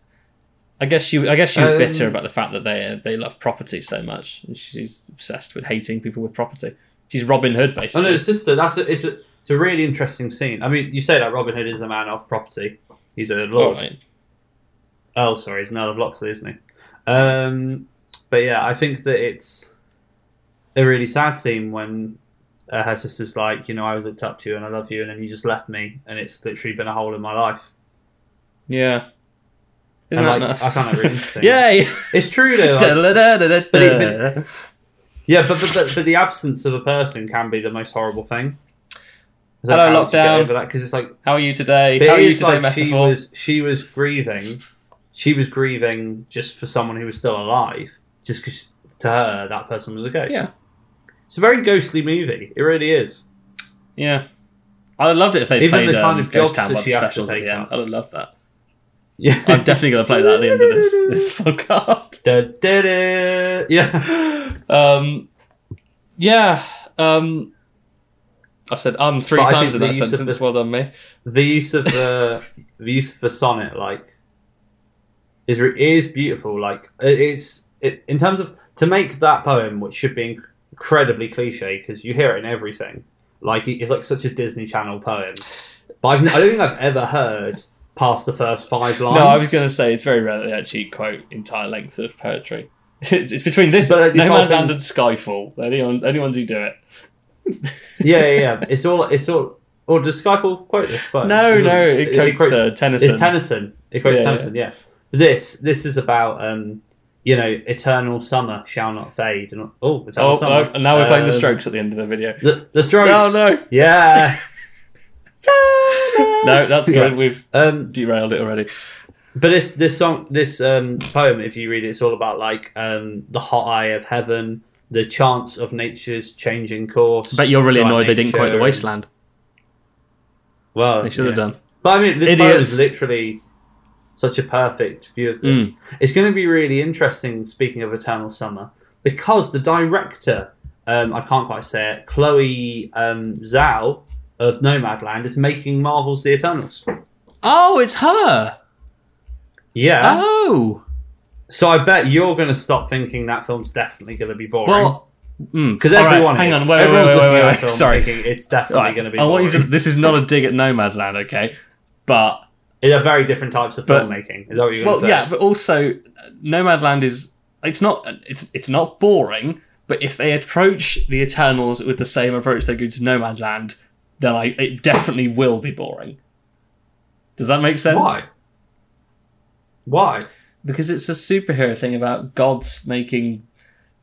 Speaker 6: I guess she I guess she was
Speaker 5: Um,
Speaker 6: bitter about the fact that they they love property so much, and she's obsessed with hating people with property. She's Robin Hood,
Speaker 5: Oh
Speaker 6: basically.
Speaker 5: no, the sister. That's a, it's a it's a really interesting scene. I mean, you say that Robin Hood is a man of property. He's a
Speaker 6: All
Speaker 5: lord.
Speaker 6: right.
Speaker 5: Oh, sorry, he's an Earl of Locksley, isn't he? Um, but yeah, I think that it's a really sad scene when uh, her sister's like, you know, I was looked up to you and I love you, and then you just left me, and it's literally been a hole in my life.
Speaker 6: Yeah. Isn't
Speaker 5: And,
Speaker 6: that
Speaker 5: like,
Speaker 6: nice?
Speaker 5: I found that really interesting.
Speaker 6: Yay!
Speaker 5: It's true though. like- But it-
Speaker 6: Da-da-da-da-da-da.
Speaker 5: yeah, but, but but but the absence of a person can be the most horrible thing. Is
Speaker 6: Hello,
Speaker 5: how did you get
Speaker 6: lockdown.
Speaker 5: over that? 'Cause it's like
Speaker 6: How are you today?
Speaker 5: But
Speaker 6: How are
Speaker 5: it
Speaker 6: you
Speaker 5: is
Speaker 6: today,
Speaker 5: like she
Speaker 6: metaphor?
Speaker 5: was she was grieving. She was grieving just for someone who was still alive, just because to her that person was a ghost.
Speaker 6: Yeah.
Speaker 5: it's a very ghostly movie. It really is.
Speaker 6: Yeah. I would have loved it if they
Speaker 5: Even
Speaker 6: played
Speaker 5: the kind
Speaker 6: um,
Speaker 5: of jobs
Speaker 6: Ghost Town
Speaker 5: that
Speaker 6: by the
Speaker 5: she has to
Speaker 6: specials at
Speaker 5: take
Speaker 6: the end.
Speaker 5: up.
Speaker 6: I would love that.
Speaker 5: Yeah,
Speaker 6: I'm definitely going to play that at the end of this, this podcast.
Speaker 5: Da, da, da. Yeah,
Speaker 6: Um, yeah. Um, I've said um three
Speaker 5: But I think
Speaker 6: times in
Speaker 5: the
Speaker 6: that
Speaker 5: use of
Speaker 6: sentence.
Speaker 5: the-
Speaker 6: Well done, me.
Speaker 5: the use of the the use of the sonnet like is re- is beautiful. Like it- it's it, in terms of to make that poem, which should be incredibly cliche because you hear it in everything. Like it- it's like such a Disney Channel poem. But I've, I don't think I've ever heard past the first five lines.
Speaker 6: No, I was going to say it's very rare that they actually quote entire lengths of poetry. It's, it's between this,
Speaker 5: But this
Speaker 6: No
Speaker 5: whole
Speaker 6: Man's
Speaker 5: thing-
Speaker 6: Land and Skyfall. They're the only, only ones who do it.
Speaker 5: Yeah, yeah, yeah. It's all. It's all. Or does Skyfall quote this poem?
Speaker 6: No,
Speaker 5: It doesn't.
Speaker 6: no, it quotes, uh, Tennyson.
Speaker 5: It's Tennyson. It quotes
Speaker 6: Yeah,
Speaker 5: Tennyson. Yeah. This this is about um, you know eternal summer shall not fade. And, oh, eternal
Speaker 6: Oh,
Speaker 5: summer.
Speaker 6: oh, now we're playing the
Speaker 5: Um,
Speaker 6: Strokes at the end of the video.
Speaker 5: The, the Strokes.
Speaker 6: No, no,
Speaker 5: Yeah.
Speaker 6: no, that's good. We've
Speaker 5: Um,
Speaker 6: derailed it already.
Speaker 5: but this this song this um, poem, if you read it, it's all about like um, the hot eye of heaven, the chance of nature's changing course.
Speaker 6: But you're really
Speaker 5: Giant
Speaker 6: annoyed they didn't quote the
Speaker 5: nature.
Speaker 6: wasteland.
Speaker 5: Well,
Speaker 6: They should have
Speaker 5: yeah.
Speaker 6: done.
Speaker 5: But I mean, this poem
Speaker 6: Idiots.
Speaker 5: is literally such a perfect view of
Speaker 6: Mm.
Speaker 5: this. It's going to be really interesting. Speaking of Eternal Summer, because the director, um, I can't quite say it, Chloe um, Zhao of Nomadland is making Marvel's The Eternals.
Speaker 6: Oh, it's her.
Speaker 5: Yeah.
Speaker 6: Oh,
Speaker 5: So I bet you're going to stop thinking that film's definitely going to be boring.
Speaker 6: well, mm,
Speaker 5: Because
Speaker 6: all right,
Speaker 5: everyone
Speaker 6: hang
Speaker 5: is.
Speaker 6: on, wait, wait, wait,
Speaker 5: Everyone's
Speaker 6: wait,
Speaker 5: looking
Speaker 6: wait,
Speaker 5: at
Speaker 6: wait,
Speaker 5: that film
Speaker 6: sorry.
Speaker 5: thinking it's definitely
Speaker 6: Right,
Speaker 5: going to be
Speaker 6: I want
Speaker 5: boring.
Speaker 6: you to. This is not a dig at Nomadland, okay? But
Speaker 5: They're very different types of
Speaker 6: But-
Speaker 5: filmmaking. Is that what you're going
Speaker 6: well,
Speaker 5: to say?
Speaker 6: yeah, but also uh, Nomadland is it's not it's it's not boring. But if they approach the Eternals with the same approach they do to Nomadland, then I it definitely will be boring. Does that make sense?
Speaker 5: Why? Why?
Speaker 6: because it's a superhero thing about gods making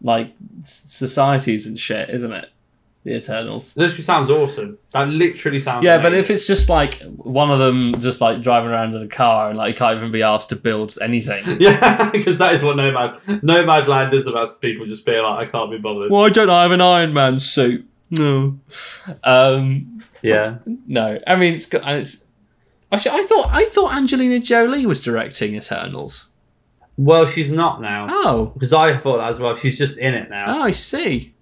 Speaker 6: like s- societies and shit, isn't it? The Eternals.
Speaker 5: This sounds awesome. That literally sounds.
Speaker 6: Yeah, but if
Speaker 5: amazing.
Speaker 6: it's just like one of them just like driving around in a car and like can't even be asked to build anything.
Speaker 5: yeah, because that is what Nomad Nomad Land is about. People just being like, I can't be bothered.
Speaker 6: Why don't I have an Iron Man suit? No. Um,
Speaker 5: Yeah,
Speaker 6: no. I mean, it's, go- and it's actually I thought I thought Angelina Jolie was directing Eternals.
Speaker 5: well, she's not now
Speaker 6: Oh,
Speaker 5: because I thought that as well. She's just in it now.
Speaker 6: oh, I see.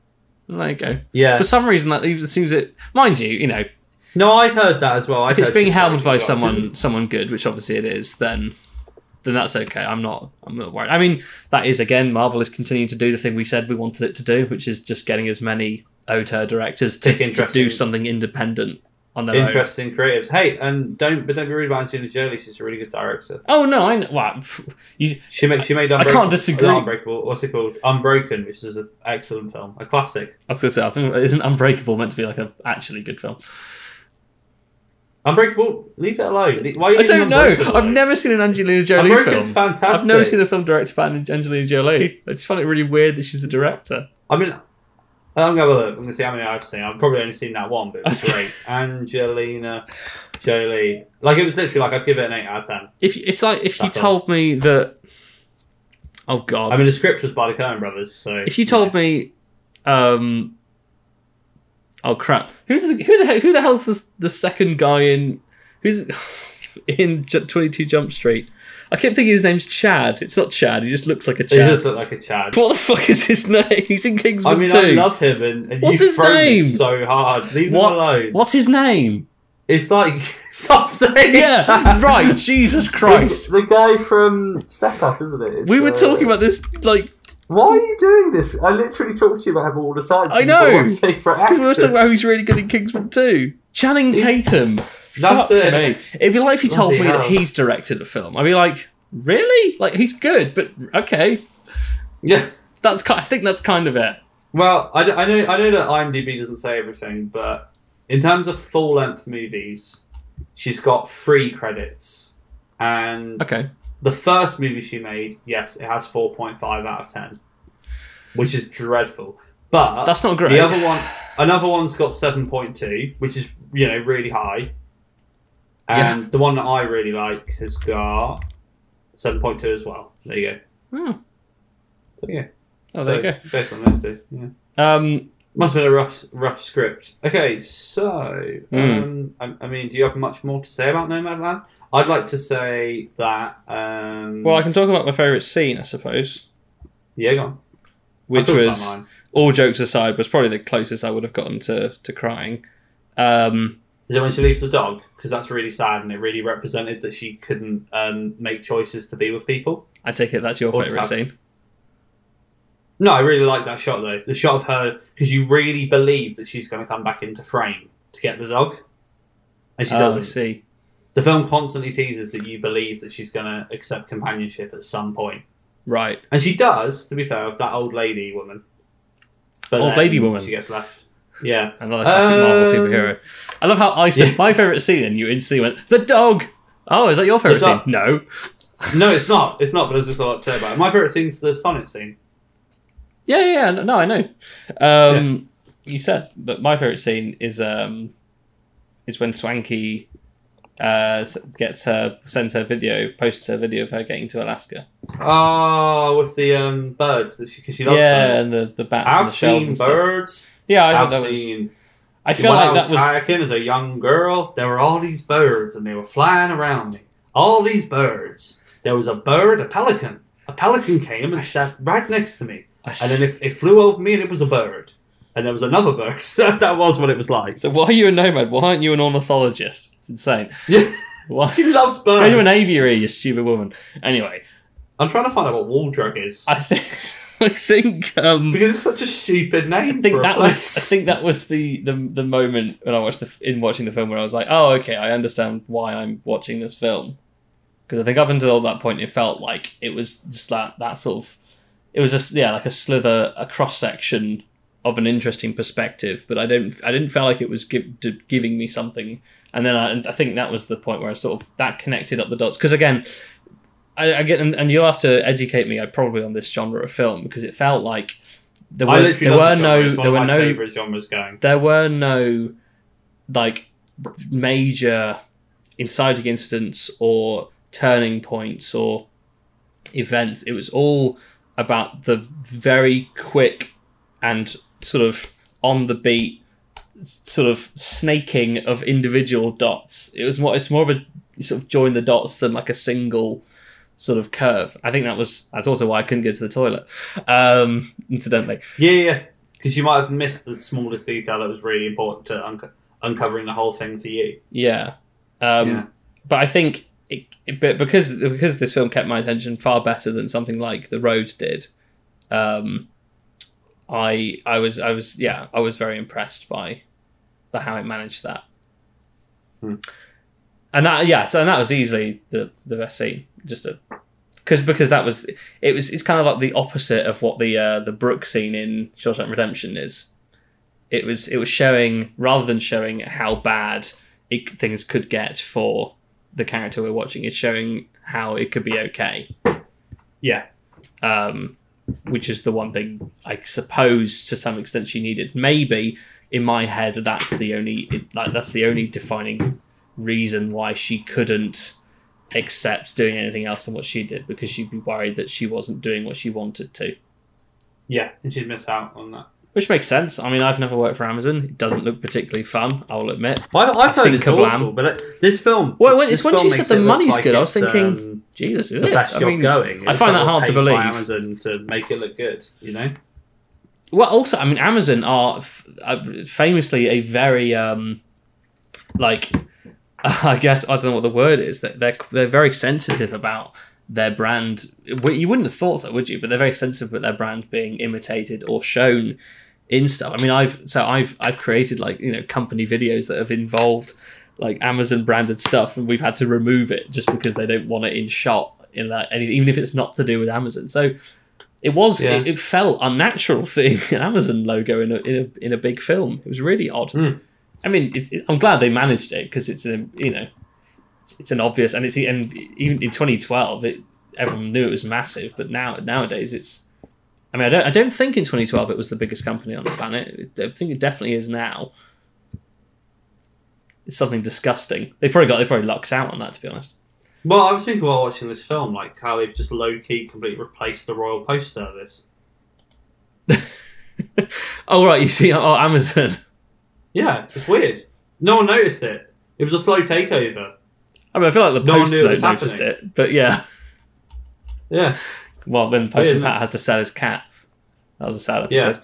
Speaker 6: There you go.
Speaker 5: yeah,
Speaker 6: For some reason, that even seems it. Mind you, you know,
Speaker 5: no, I'd heard that as well. I'd
Speaker 6: if it's
Speaker 5: heard
Speaker 6: being
Speaker 5: she's
Speaker 6: helmed by
Speaker 5: directing as well.
Speaker 6: someone someone good, which obviously it is, then then that's okay. I'm not I'm not worried. I mean, that is again Marvel is continuing to do the thing we said we wanted it to do, which is just getting as many auteur directors to,
Speaker 5: Take
Speaker 6: to
Speaker 5: interesting-
Speaker 6: do something independent on their own.
Speaker 5: interesting creatives. Hey, and don't but don't be rude about Angelina Jolie. She's a really good director.
Speaker 6: Oh no, I know. Wow, pff, you,
Speaker 5: She made she made
Speaker 6: I
Speaker 5: Unbreakable.
Speaker 6: can't disagree.
Speaker 5: not Unbreakable. What's it called? Unbroken, which is an excellent film, a classic.
Speaker 6: I was gonna say I think isn't Unbreakable meant to be like a actually good film?
Speaker 5: Unbreakable. Leave it alone. Le- Why are you
Speaker 6: I don't
Speaker 5: leaving
Speaker 6: know.
Speaker 5: Unbreakable
Speaker 6: I've
Speaker 5: alone?
Speaker 6: never seen an Angelina Jolie
Speaker 5: Unbroken's
Speaker 6: film.
Speaker 5: fantastic.
Speaker 6: I've never seen a film directed by An- Angelina Jolie. I just find it really weird that she's a director.
Speaker 5: I mean, I'm gonna have a look. I'm gonna see how many I've seen. I've probably only seen that one, but it was great. Angelina Jolie. Like it was literally like I'd give it an eight out of ten.
Speaker 6: If it's like if you
Speaker 5: That's
Speaker 6: told me that, oh god,
Speaker 5: I mean, the script was by the Coen Brothers, so
Speaker 6: if you told me, um, Oh crap! Who's the who the he- who the hell's the the second guy in who's in Twenty Two Jump Street? I kept thinking his name's Chad. It's not Chad. He just looks like a
Speaker 5: He
Speaker 6: Chad.
Speaker 5: does look like a Chad.
Speaker 6: What the fuck is his name? He's in Kingsman
Speaker 5: I mean,
Speaker 6: 2.
Speaker 5: I love him, and, and
Speaker 6: What's
Speaker 5: you've
Speaker 6: his
Speaker 5: thrown
Speaker 6: name?
Speaker 5: it so hard. Leave
Speaker 6: what,
Speaker 5: him alone.
Speaker 6: What's his name?
Speaker 5: It's like stop saying.
Speaker 6: Yeah, right. Jesus Christ.
Speaker 5: The, the guy from Step Up, isn't it? It's,
Speaker 6: We were
Speaker 5: uh,
Speaker 6: talking about this like
Speaker 5: Why are you doing this? I literally talk to you about him all the time.
Speaker 6: I
Speaker 5: He's
Speaker 6: know.
Speaker 5: one of my favourite
Speaker 6: because we were
Speaker 5: actors.
Speaker 6: talking about who's really good in Kingsman 2. Channing Tatum.
Speaker 5: That's
Speaker 6: Fuck
Speaker 5: it.
Speaker 6: me. It'd be like if you told
Speaker 5: Bloody
Speaker 6: me that
Speaker 5: hell.
Speaker 6: he's directed a film. I'd be like, really? Like he's good, but okay.
Speaker 5: Yeah.
Speaker 6: That's ki- I think that's kind of it.
Speaker 5: Well, I, d- I know I know that IMDb doesn't say everything, but in terms of full length movies, she's got three credits, and
Speaker 6: Okay.
Speaker 5: the first movie she made, yes, it has four point five out of ten, which is dreadful. But
Speaker 6: That's not great.
Speaker 5: The other one, another one's got seven point two, which is you know really high, and the one that I really like has got seven point two as well. There you go.
Speaker 6: Oh,
Speaker 5: So yeah,
Speaker 6: oh there you
Speaker 5: so
Speaker 6: go.
Speaker 5: Based on those two, yeah.
Speaker 6: Um,
Speaker 5: Must have been a rough, rough script. Okay, so
Speaker 6: Hmm.
Speaker 5: um, I, I mean, do you have much more to say about Nomadland? I'd like to say that. Um,
Speaker 6: well, I can talk about my favourite scene, I suppose,
Speaker 5: yeah, go on.
Speaker 6: which
Speaker 5: I'll talk about
Speaker 6: was
Speaker 5: mine.
Speaker 6: all jokes aside, was probably the closest I would have gotten to to crying. Um,
Speaker 5: Is it when she leaves the dog? Because that's really sad, and it really represented that she couldn't um, make choices to be with people.
Speaker 6: I take it that's your
Speaker 5: Or
Speaker 6: favourite
Speaker 5: tab.
Speaker 6: scene.
Speaker 5: No, I really like that shot though. The shot of her because you really believe that she's going to come back into frame to get the dog, and she
Speaker 6: Oh, I
Speaker 5: doesn't.
Speaker 6: see.
Speaker 5: The film constantly teases that you believe that she's going to accept companionship at some point.
Speaker 6: Right.
Speaker 5: And she does, to be fair, with that old lady woman. But
Speaker 6: Old
Speaker 5: then
Speaker 6: lady woman.
Speaker 5: She gets left. Yeah.
Speaker 6: Another classic Marvel
Speaker 5: Um,
Speaker 6: superhero. I love how I said
Speaker 5: yeah.
Speaker 6: my favourite scene, and you instantly went, The dog! Oh, is that your favourite
Speaker 5: The
Speaker 6: scene?
Speaker 5: dog.
Speaker 6: No.
Speaker 5: No, it's not. It's not, but there's just a lot to say about it. My favourite scene's the sonnet scene.
Speaker 6: Yeah, yeah, yeah. No, I know. Um, You said, but my favourite scene is um, is when Swanky uh, s- gets her, sends her video, posts her video of her getting to Alaska.
Speaker 5: Oh, with the um, birds. Because she, 'cause she loves
Speaker 6: yeah,
Speaker 5: birds.
Speaker 6: and the, the bats and
Speaker 5: I've
Speaker 6: the shells
Speaker 5: seen
Speaker 6: and stuff.
Speaker 5: birds.
Speaker 6: Yeah, I
Speaker 5: I
Speaker 6: thought
Speaker 5: have
Speaker 6: that was.
Speaker 5: seen.
Speaker 6: I feel
Speaker 5: when
Speaker 6: like
Speaker 5: I was
Speaker 6: that was.
Speaker 5: kayaking as a young girl, there were all these birds and they were flying around me. All these birds. There was a bird, a pelican. A pelican came and sat right next to me. And then it, it flew over me and it was a bird. And there was another bird. So that was what it was like.
Speaker 6: So why are you a nomad? Why aren't you an ornithologist? It's insane.
Speaker 5: Yeah.
Speaker 6: Why?
Speaker 5: She loves
Speaker 6: Go
Speaker 5: birds.
Speaker 6: to an aviary, you stupid woman. Anyway,
Speaker 5: I'm trying to find out what wall drug is.
Speaker 6: I think I think um,
Speaker 5: because it's such a stupid name.
Speaker 6: I think
Speaker 5: for
Speaker 6: that
Speaker 5: a
Speaker 6: was
Speaker 5: place.
Speaker 6: I think that was the, the the moment when I watched the in watching the film where I was like, oh okay, I understand why I'm watching this film because I think up until that point it felt like it was just that that sort of it was just yeah like a slither a cross section of an interesting perspective, but I didn't I didn't feel like it was give, d- giving me something. And then I, and I think that was the point where I sort of that connected up the dots because again. I, I get, and, and you'll have to educate me. I probably on this genre of film because it felt like there
Speaker 5: I
Speaker 6: were,
Speaker 5: literally
Speaker 6: there
Speaker 5: love
Speaker 6: were
Speaker 5: the genre.
Speaker 6: no
Speaker 5: It's one
Speaker 6: there
Speaker 5: of my
Speaker 6: were no
Speaker 5: favorite genres going.
Speaker 6: there were no like r- major inciting incidents or turning points or events. It was all about the very quick and sort of on the beat s- sort of snaking of individual dots. It was more it's more of a sort of join the dots than like a single sort of curve. I think that was that's also why I couldn't go to the toilet. Um incidentally.
Speaker 5: Yeah, yeah. Because you might have missed the smallest detail that was really important to unco- uncovering the whole thing for you.
Speaker 6: Yeah. Um,
Speaker 5: Yeah.
Speaker 6: But I think it, it, but because because this film kept my attention far better than something like The Road did, um, I I was I was yeah I was very impressed by the how it managed that.
Speaker 5: Hmm.
Speaker 6: And that yeah, so that was easily the the best scene. Just a because because that was it was it's kind of like the opposite of what the uh, the Brooke scene in Shawshank Redemption is. It was it was showing rather than showing how bad it, things could get for the character we're watching. It's showing how it could be okay
Speaker 5: Yeah.
Speaker 6: um, which is the one thing I suppose to some extent she needed. Maybe in my head, that's the only it, like that's the only defining reason why she couldn't accept doing anything else than what she did because she'd be worried that she wasn't doing what she wanted to.
Speaker 5: Yeah, and she'd miss out on that.
Speaker 6: Which makes sense. I mean, I've never worked for Amazon. It doesn't look particularly fun, I will admit.
Speaker 5: I, I've,
Speaker 6: I've
Speaker 5: heard
Speaker 6: seen
Speaker 5: it's
Speaker 6: Kablam.
Speaker 5: awful, but it, this film.
Speaker 6: Well, when,
Speaker 5: this
Speaker 6: it's when
Speaker 5: film
Speaker 6: she said
Speaker 5: makes
Speaker 6: the
Speaker 5: it look
Speaker 6: money's
Speaker 5: like
Speaker 6: good, I was
Speaker 5: it's,
Speaker 6: thinking,
Speaker 5: um,
Speaker 6: Jesus, is
Speaker 5: the
Speaker 6: it?
Speaker 5: best
Speaker 6: I
Speaker 5: job
Speaker 6: mean,
Speaker 5: going.
Speaker 6: I
Speaker 5: It's
Speaker 6: find that
Speaker 5: all
Speaker 6: hard to
Speaker 5: paid by
Speaker 6: believe.
Speaker 5: Amazon to make it look good, you know.
Speaker 6: Well, also, I mean, Amazon are f- uh, famously a very, um, like, I guess I don't know what the word is. That they're they're very sensitive about their brand. Well, You wouldn't have thought so, would you? But they're very sensitive about their brand being imitated or shown in stuff. I mean, I've so I've I've created like you know company videos that have involved like Amazon branded stuff, and we've had to remove it just because they don't want it in shot in that, and even if it's not to do with Amazon. So it was
Speaker 5: Yeah.
Speaker 6: it, it felt unnatural seeing an Amazon logo in a in a, in a big film. It was really odd. I mean, it's, it, I'm glad they managed it because it's a you know it's, it's an obvious and it's and even in 2012 it everyone knew it was massive, but now nowadays it's I mean, I don't, I don't think in 2012 it was the biggest company on the planet. I think it definitely is now. It's something disgusting. They probably got, they probably lucked out on that, to be honest.
Speaker 5: Well, I was thinking while watching this film, like how they've just low key completely replaced the Royal Post Service.
Speaker 6: Oh right, you see, oh Amazon.
Speaker 5: Yeah, it's weird. No one noticed it. It was a slow takeover.
Speaker 6: I mean, I feel like the
Speaker 5: No one
Speaker 6: post
Speaker 5: knew it
Speaker 6: don't
Speaker 5: was
Speaker 6: noticed
Speaker 5: happening.
Speaker 6: it, but yeah.
Speaker 5: Yeah.
Speaker 6: Well, then
Speaker 5: Weird,
Speaker 6: Postman Pat has to sell his cat. That was a sad
Speaker 5: Yeah.
Speaker 6: episode.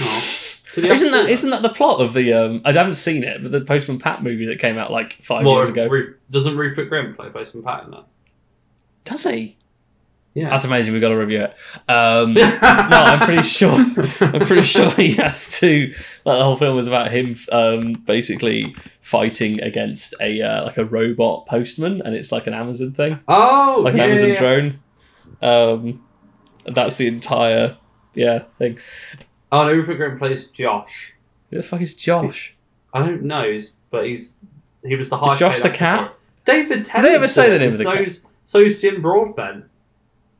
Speaker 5: Aw. Did he
Speaker 6: Isn't
Speaker 5: actually do
Speaker 6: that isn't that the plot of the? um I haven't seen it, but the Postman Pat movie that came out like five
Speaker 5: Well,
Speaker 6: years ago.
Speaker 5: Ru- doesn't Rupert Grint play Postman Pat in that?
Speaker 6: Does he?
Speaker 5: Yeah.
Speaker 6: That's amazing. We've got to review it. Um, no, I'm pretty sure. I'm pretty sure he has to. Like the whole film is about him um, basically fighting against a uh, like a robot postman, and it's like an Amazon thing,
Speaker 5: oh,
Speaker 6: like
Speaker 5: yeah,
Speaker 6: an Amazon
Speaker 5: yeah, yeah.
Speaker 6: drone. Um, that's the entire yeah thing.
Speaker 5: Oh no, Rupert Grint plays Josh.
Speaker 6: Who the fuck is Josh?
Speaker 5: I don't know, he's, but he's he was the highest.
Speaker 6: Josh
Speaker 5: paid
Speaker 6: the
Speaker 5: actor
Speaker 6: cat?
Speaker 5: for it. David Tennant.
Speaker 6: ever say the name of the cat?
Speaker 5: so's, So's Jim Broadbent.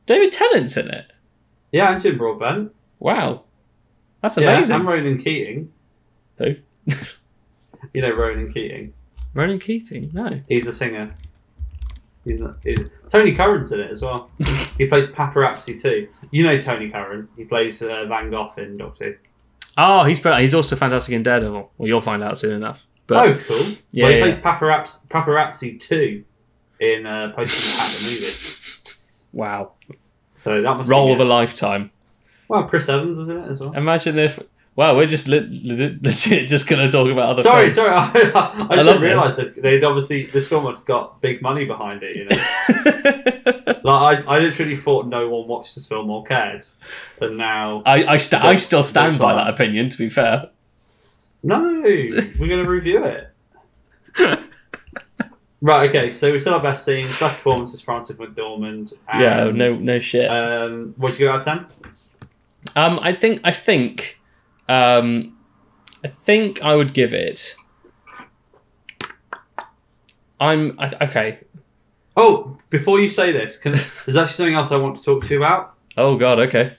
Speaker 6: David Tennant's in it.
Speaker 5: Yeah, and Jim Broadbent.
Speaker 6: Wow, that's
Speaker 5: Yeah, and
Speaker 6: amazing.
Speaker 5: Ronan Keating.
Speaker 6: Who?
Speaker 5: You know Ronan Keating.
Speaker 6: Ronan Keating? No.
Speaker 5: He's a singer. He's not. He, Tony Curran's in it as well. he plays Paparazzi too. You know Tony Curran. He plays uh, Van Gogh in Doctor. Who.
Speaker 6: Oh, he's he's also fantastic in Daredevil. Well, you'll find out soon enough. But
Speaker 5: oh, cool.
Speaker 6: Yeah,
Speaker 5: well, he
Speaker 6: yeah.
Speaker 5: plays Paparazzi, paparazzi too in uh, Postman Pat the movie.
Speaker 6: wow,
Speaker 5: So that must
Speaker 6: role
Speaker 5: be
Speaker 6: of a lifetime.
Speaker 5: Well, Chris Evans is in it as well.
Speaker 6: Imagine if. Wow, we're just le- le- legit just going to talk about other
Speaker 5: Sorry,
Speaker 6: films.
Speaker 5: sorry. I, I,
Speaker 6: I
Speaker 5: I
Speaker 6: love
Speaker 5: didn't realise that they'd obviously this film had got big money behind it. You know, like I, I literally thought no one watched this film or cared, and now
Speaker 6: I, I, sta- I still stand by that
Speaker 5: Silence.
Speaker 6: opinion, to be fair.
Speaker 5: no, we're gonna review it. right. Okay. So we said our best scenes, best performances: Francis McDormand. And,
Speaker 6: yeah, no no shit.
Speaker 5: Um, what'd you go out of ten?
Speaker 6: um, I think, I think, um, I think I would give it. I'm, I, th- okay.
Speaker 5: Oh, before you say this, can, there's actually something else I want to talk to you about.
Speaker 6: Oh, God, okay.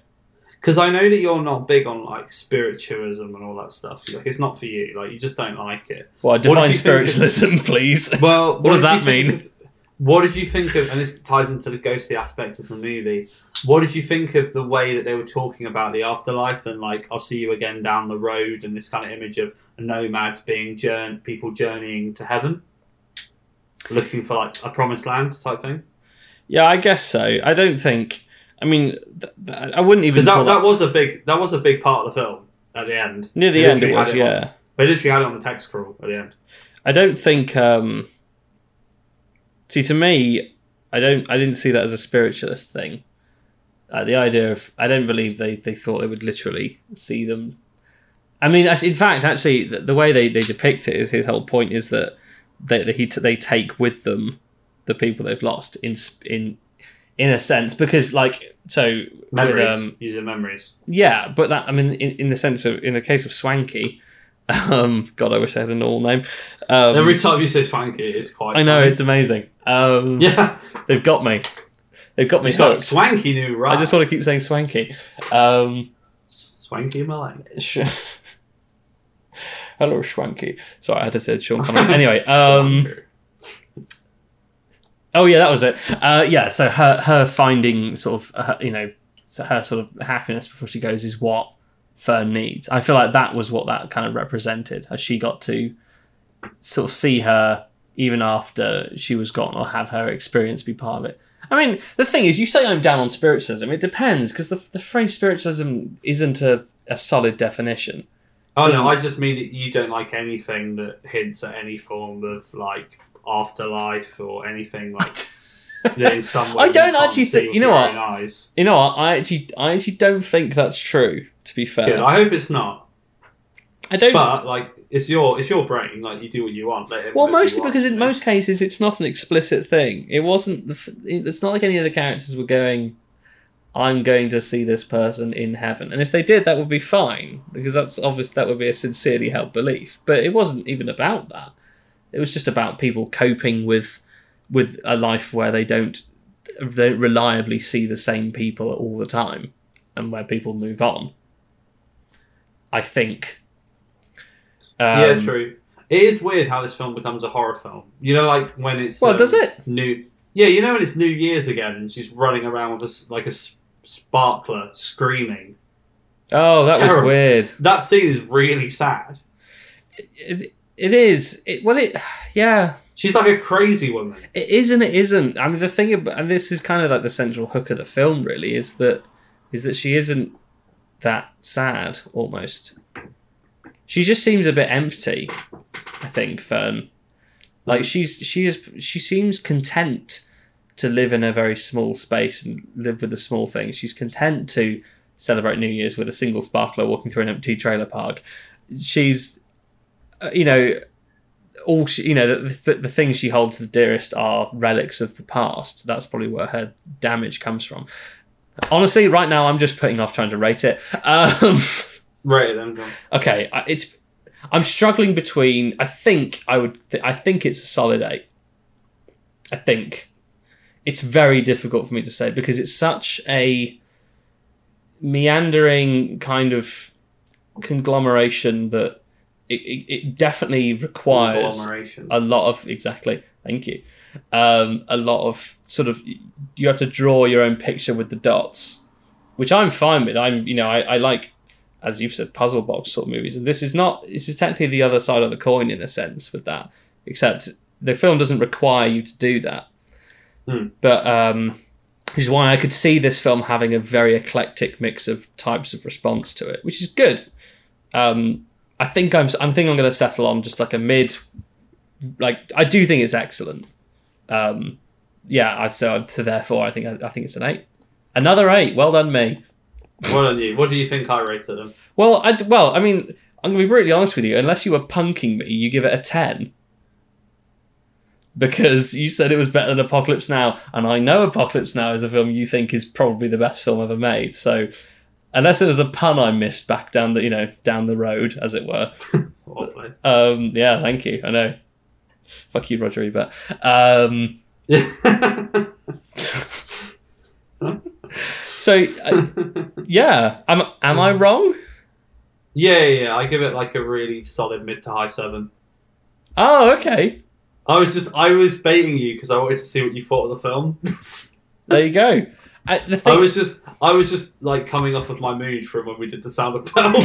Speaker 5: because I know that you're not big on like spiritualism and all that stuff. Like, it's not for you. Like, you just don't like it.
Speaker 6: Well,
Speaker 5: did you
Speaker 6: define
Speaker 5: think of-
Speaker 6: spiritualism, please.
Speaker 5: Well,
Speaker 6: What does
Speaker 5: did you
Speaker 6: that
Speaker 5: think
Speaker 6: mean?
Speaker 5: of- what did you think of? And this ties into the ghostly aspect of the movie. What did you think of the way that they were talking about the afterlife and like I'll see you again down the road and this kind of image of nomads being journ people journeying to heaven, looking for like a promised land type thing?
Speaker 6: yeah, I guess so. I don't think, I mean, th- th- I wouldn't even
Speaker 5: Because
Speaker 6: call
Speaker 5: that, that was a big that was a big part of the film at the end.
Speaker 6: near the
Speaker 5: They
Speaker 6: end it
Speaker 5: literally
Speaker 6: was,
Speaker 5: had
Speaker 6: yeah.
Speaker 5: on- they literally had it on the text crawl at the end.
Speaker 6: I don't think. Um, see, to me, I don't. I didn't see that as a spiritualist thing. Uh, the idea of I don't believe they, they thought they would literally see them. I mean, as- in fact, actually, the, the way they, they depict it is his whole point is that they that he t- they take with them the people they've lost in sp- in in a sense because like so with,
Speaker 5: memories
Speaker 6: um,
Speaker 5: using memories
Speaker 6: yeah, but that I mean, in, in the sense of in the case of Swanky, um, God, I wish I had a normal name. Um,
Speaker 5: every time you say swanky it's quite
Speaker 6: I know
Speaker 5: funny.
Speaker 6: it's amazing. Um,
Speaker 5: yeah
Speaker 6: they've got me. They've got me
Speaker 5: it's got a
Speaker 6: hooked.
Speaker 5: swanky new right
Speaker 6: I just want to keep saying swanky. Um,
Speaker 5: swanky Malay.
Speaker 6: sh- Hello, swanky. Sorry, I had to say Sean Connery. Anyway, um, oh yeah, that was it. Uh, yeah, so her her finding sort of uh, you know so her sort of happiness before she goes is what Fern needs. I feel like that was what that kind of represented, as she got to sort of see her even after she was gone, or have her experience be part of it. I mean, the thing is, you say I'm down on spiritualism. It depends because the the phrase spiritualism isn't a, a solid definition.
Speaker 5: Oh
Speaker 6: Doesn't-
Speaker 5: no, I just mean that you don't like anything that hints at any form of like afterlife or anything like that in some way.
Speaker 6: I don't
Speaker 5: you can't
Speaker 6: actually
Speaker 5: see
Speaker 6: think-
Speaker 5: with
Speaker 6: you know
Speaker 5: your
Speaker 6: what?
Speaker 5: own Eyes.
Speaker 6: You know, what? I actually I actually don't think that's true. To be fair,
Speaker 5: Good. I hope it's not.
Speaker 6: I don't.
Speaker 5: But like, it's your it's your brain. Like you do what you want. Let it
Speaker 6: Well,
Speaker 5: do what you
Speaker 6: mostly
Speaker 5: want.
Speaker 6: because in most cases it's not an explicit thing. It wasn't. The, f- it's not like any of the characters were going. I'm going to see this person in heaven, and if they did, that would be fine because that's obvious. That would be a sincerely held belief, but it wasn't even about that. It was just about people coping with with a life where they don't they don't reliably see the same people all the time, and where people move on. I think. Um,
Speaker 5: yeah, true. It is weird how this film becomes a horror film. You know, like when it's um,
Speaker 6: Well, does it?
Speaker 5: new? Yeah, you know when it's New Year's again, and she's running around with a s like a s- sparkler screaming.
Speaker 6: Oh, that was
Speaker 5: Terrible.
Speaker 6: weird.
Speaker 5: That scene is really sad.
Speaker 6: it, it is it well it yeah
Speaker 5: She's like a crazy woman.
Speaker 6: it is and it isn't i mean the thing about and this is kind of like the central hook of the film really is that is that she isn't that sad almost she just seems a bit empty i think fern like she's she is she seems content to live in a very small space and live with the small things she's content to celebrate new year's with a single sparkler walking through an empty trailer park she's uh, you know all she, you know the, the, the things she holds the dearest are relics of the past that's probably where her damage comes from honestly right now i'm just putting off trying to rate it um
Speaker 5: Right, then. John.
Speaker 6: okay I- it's i'm struggling between i think i would th- i think it's a solid eight i think it's very difficult for me to say because it's such a meandering kind of conglomeration that it, it, it definitely requires
Speaker 5: Agglomeration.
Speaker 6: a lot of exactly thank you um, a lot of sort of you have to draw your own picture with the dots which i'm fine with i'm you know i, I like as you've said puzzle box sort of movies and this is not this is technically the other side of the coin in a sense with that except the film doesn't require you to do that
Speaker 5: Hmm.
Speaker 6: but um which is why I could see this film having a very eclectic mix of types of response to it, which is good. Um, I think I'm, I'm thinking I'm going to settle on just like a mid, like I do think it's excellent. Um, yeah, I, so so therefore I think I, I think it's an eight, another eight. Well done, me.
Speaker 5: What on you? What do you think I rated them?
Speaker 6: Well, I d- well I mean I'm going to be brutally honest with you. Unless you were punking me, you give it a ten. Because you said it was better than Apocalypse Now, and I know Apocalypse Now is a film you think is probably the best film ever made. So, unless it was a pun I missed back down the you know down the road, as it were,
Speaker 5: Probably.
Speaker 6: um, yeah, thank you. I know. Fuck you, Roger Ebert. Um, so, uh, yeah, am am I wrong?
Speaker 5: yeah, yeah, yeah, I give it like a really solid mid to high seven.
Speaker 6: Oh, okay.
Speaker 5: I was just, I was baiting you because I wanted to see what you thought of the film.
Speaker 6: There you go. Uh, the
Speaker 5: I
Speaker 6: thing,
Speaker 5: was just, I was just like coming off of my mood from when we did the Sound of Pearl. and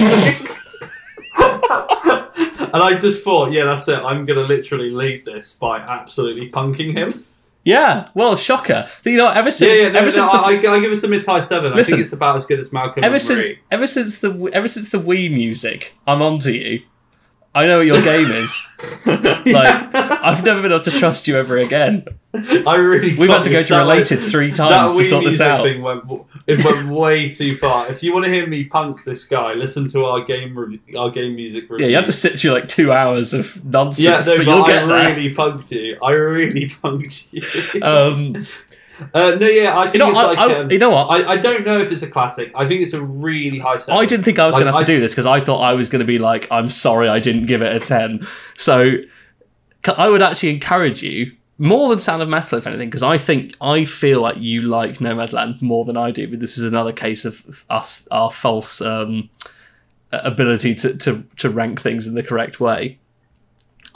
Speaker 5: I just thought, yeah, that's it. I'm gonna literally lead this by absolutely punking him.
Speaker 6: yeah. Well, shocker. You know,
Speaker 5: Yeah,
Speaker 6: ever since,
Speaker 5: yeah. No,
Speaker 6: ever
Speaker 5: no,
Speaker 6: since the,
Speaker 5: I, I, I give us a mid to high seven. I
Speaker 6: Listen.
Speaker 5: think it's about as good as Malcolm.
Speaker 6: ever
Speaker 5: and
Speaker 6: since,
Speaker 5: Marie.
Speaker 6: ever since the, ever since the Wii music, I'm onto you. I know what your game is. like, I've never been able to trust you ever again.
Speaker 5: I really.
Speaker 6: We've had
Speaker 5: got
Speaker 6: to
Speaker 5: you.
Speaker 6: go to
Speaker 5: That
Speaker 6: related
Speaker 5: was-
Speaker 6: three times
Speaker 5: that
Speaker 6: to
Speaker 5: Wii
Speaker 6: sort this
Speaker 5: music
Speaker 6: out.
Speaker 5: Thing went, w- it went way too far. If you want to hear me punk this guy, listen to our game review, our game music review.
Speaker 6: Yeah, you have to sit through like two hours of nonsense,
Speaker 5: Yeah, no,
Speaker 6: but
Speaker 5: but
Speaker 6: you'll
Speaker 5: I
Speaker 6: get there.
Speaker 5: really punked you. I really punked you.
Speaker 6: Um,
Speaker 5: uh, no, yeah, I think
Speaker 6: you know,
Speaker 5: it's
Speaker 6: I,
Speaker 5: like.
Speaker 6: I-
Speaker 5: um,
Speaker 6: you know what?
Speaker 5: I, I don't know if it's a classic. I think it's a really high seven.
Speaker 6: I didn't think I was
Speaker 5: Like,
Speaker 6: going to have to
Speaker 5: I-
Speaker 6: do this because I thought I was going to be like, I'm sorry, I didn't give it a 10. So c- I would actually encourage you more than Sound of Metal, if anything, because I think I feel like you like Nomadland more than I do. But this is another case of us, our false um, a- ability to, to, to rank things in the correct way.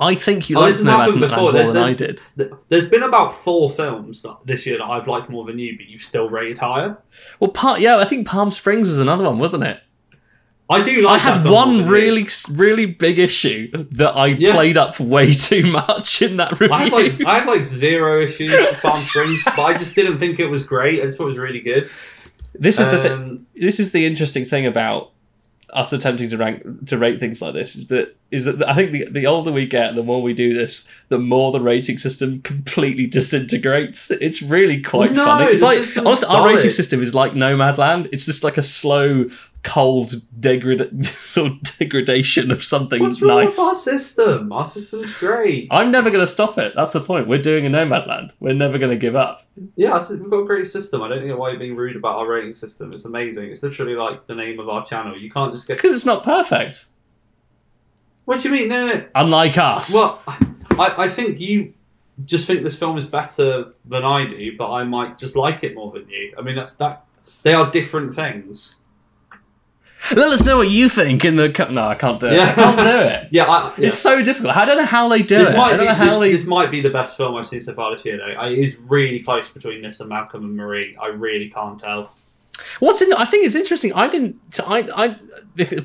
Speaker 6: I think you
Speaker 5: Oh,
Speaker 6: liked
Speaker 5: this has happened
Speaker 6: Nomadland
Speaker 5: before.
Speaker 6: more
Speaker 5: There's,
Speaker 6: than I
Speaker 5: there's-
Speaker 6: did.
Speaker 5: th- there's been about four films that, this year that I've liked more than you, but you've still rated higher.
Speaker 6: Well, part yeah, I think Palm Springs was another one, wasn't it?
Speaker 5: I do like.
Speaker 6: I had
Speaker 5: that film,
Speaker 6: one
Speaker 5: obviously.
Speaker 6: really, really big issue that I
Speaker 5: Yeah.
Speaker 6: played up way too much in that review.
Speaker 5: I had like I had like zero issues with Palm Springs, but I just didn't think it was great. I just thought it was really good.
Speaker 6: this is the thing.
Speaker 5: Um,
Speaker 6: this is the interesting thing about us attempting to rank to rate things like this is that is that I think the, the older we get, the more we do this, the more the rating system completely disintegrates. It's really quite
Speaker 5: No,
Speaker 6: funny. It's
Speaker 5: the
Speaker 6: like
Speaker 5: system's
Speaker 6: honestly, our
Speaker 5: solid.
Speaker 6: rating system is like Nomadland. It's just like a slow, cold degrad sort of degradation of something
Speaker 5: what's wrong
Speaker 6: nice.
Speaker 5: with our system? Our system's great.
Speaker 6: I'm never going to stop it. That's the point. We're doing a Nomadland. We're never going to give up.
Speaker 5: Yeah, our sys- we've got a great system. I don't know why you're being rude about our rating system. It's amazing. It's literally like the name of our channel. You can't just get.
Speaker 6: Because it's not perfect.
Speaker 5: What do you mean? No, no. no.
Speaker 6: Unlike us.
Speaker 5: Well, I, I think you just think this film is better than I do, but I might just like it more than you. I mean, that's that. They are different things.
Speaker 6: Let us know what you think in the. Co- no, I can't do it.
Speaker 5: Yeah.
Speaker 6: I can't do it.
Speaker 5: Yeah, I, yeah.
Speaker 6: It's so difficult. I don't know how they do
Speaker 5: this
Speaker 6: it. I
Speaker 5: might
Speaker 6: don't
Speaker 5: be
Speaker 6: know how
Speaker 5: this,
Speaker 6: they.
Speaker 5: this might be the best film I've seen so far this year. Though I, it is really close between this and Malcolm and Marie. I really can't tell.
Speaker 6: What's in? I think it's interesting. I didn't. I. I.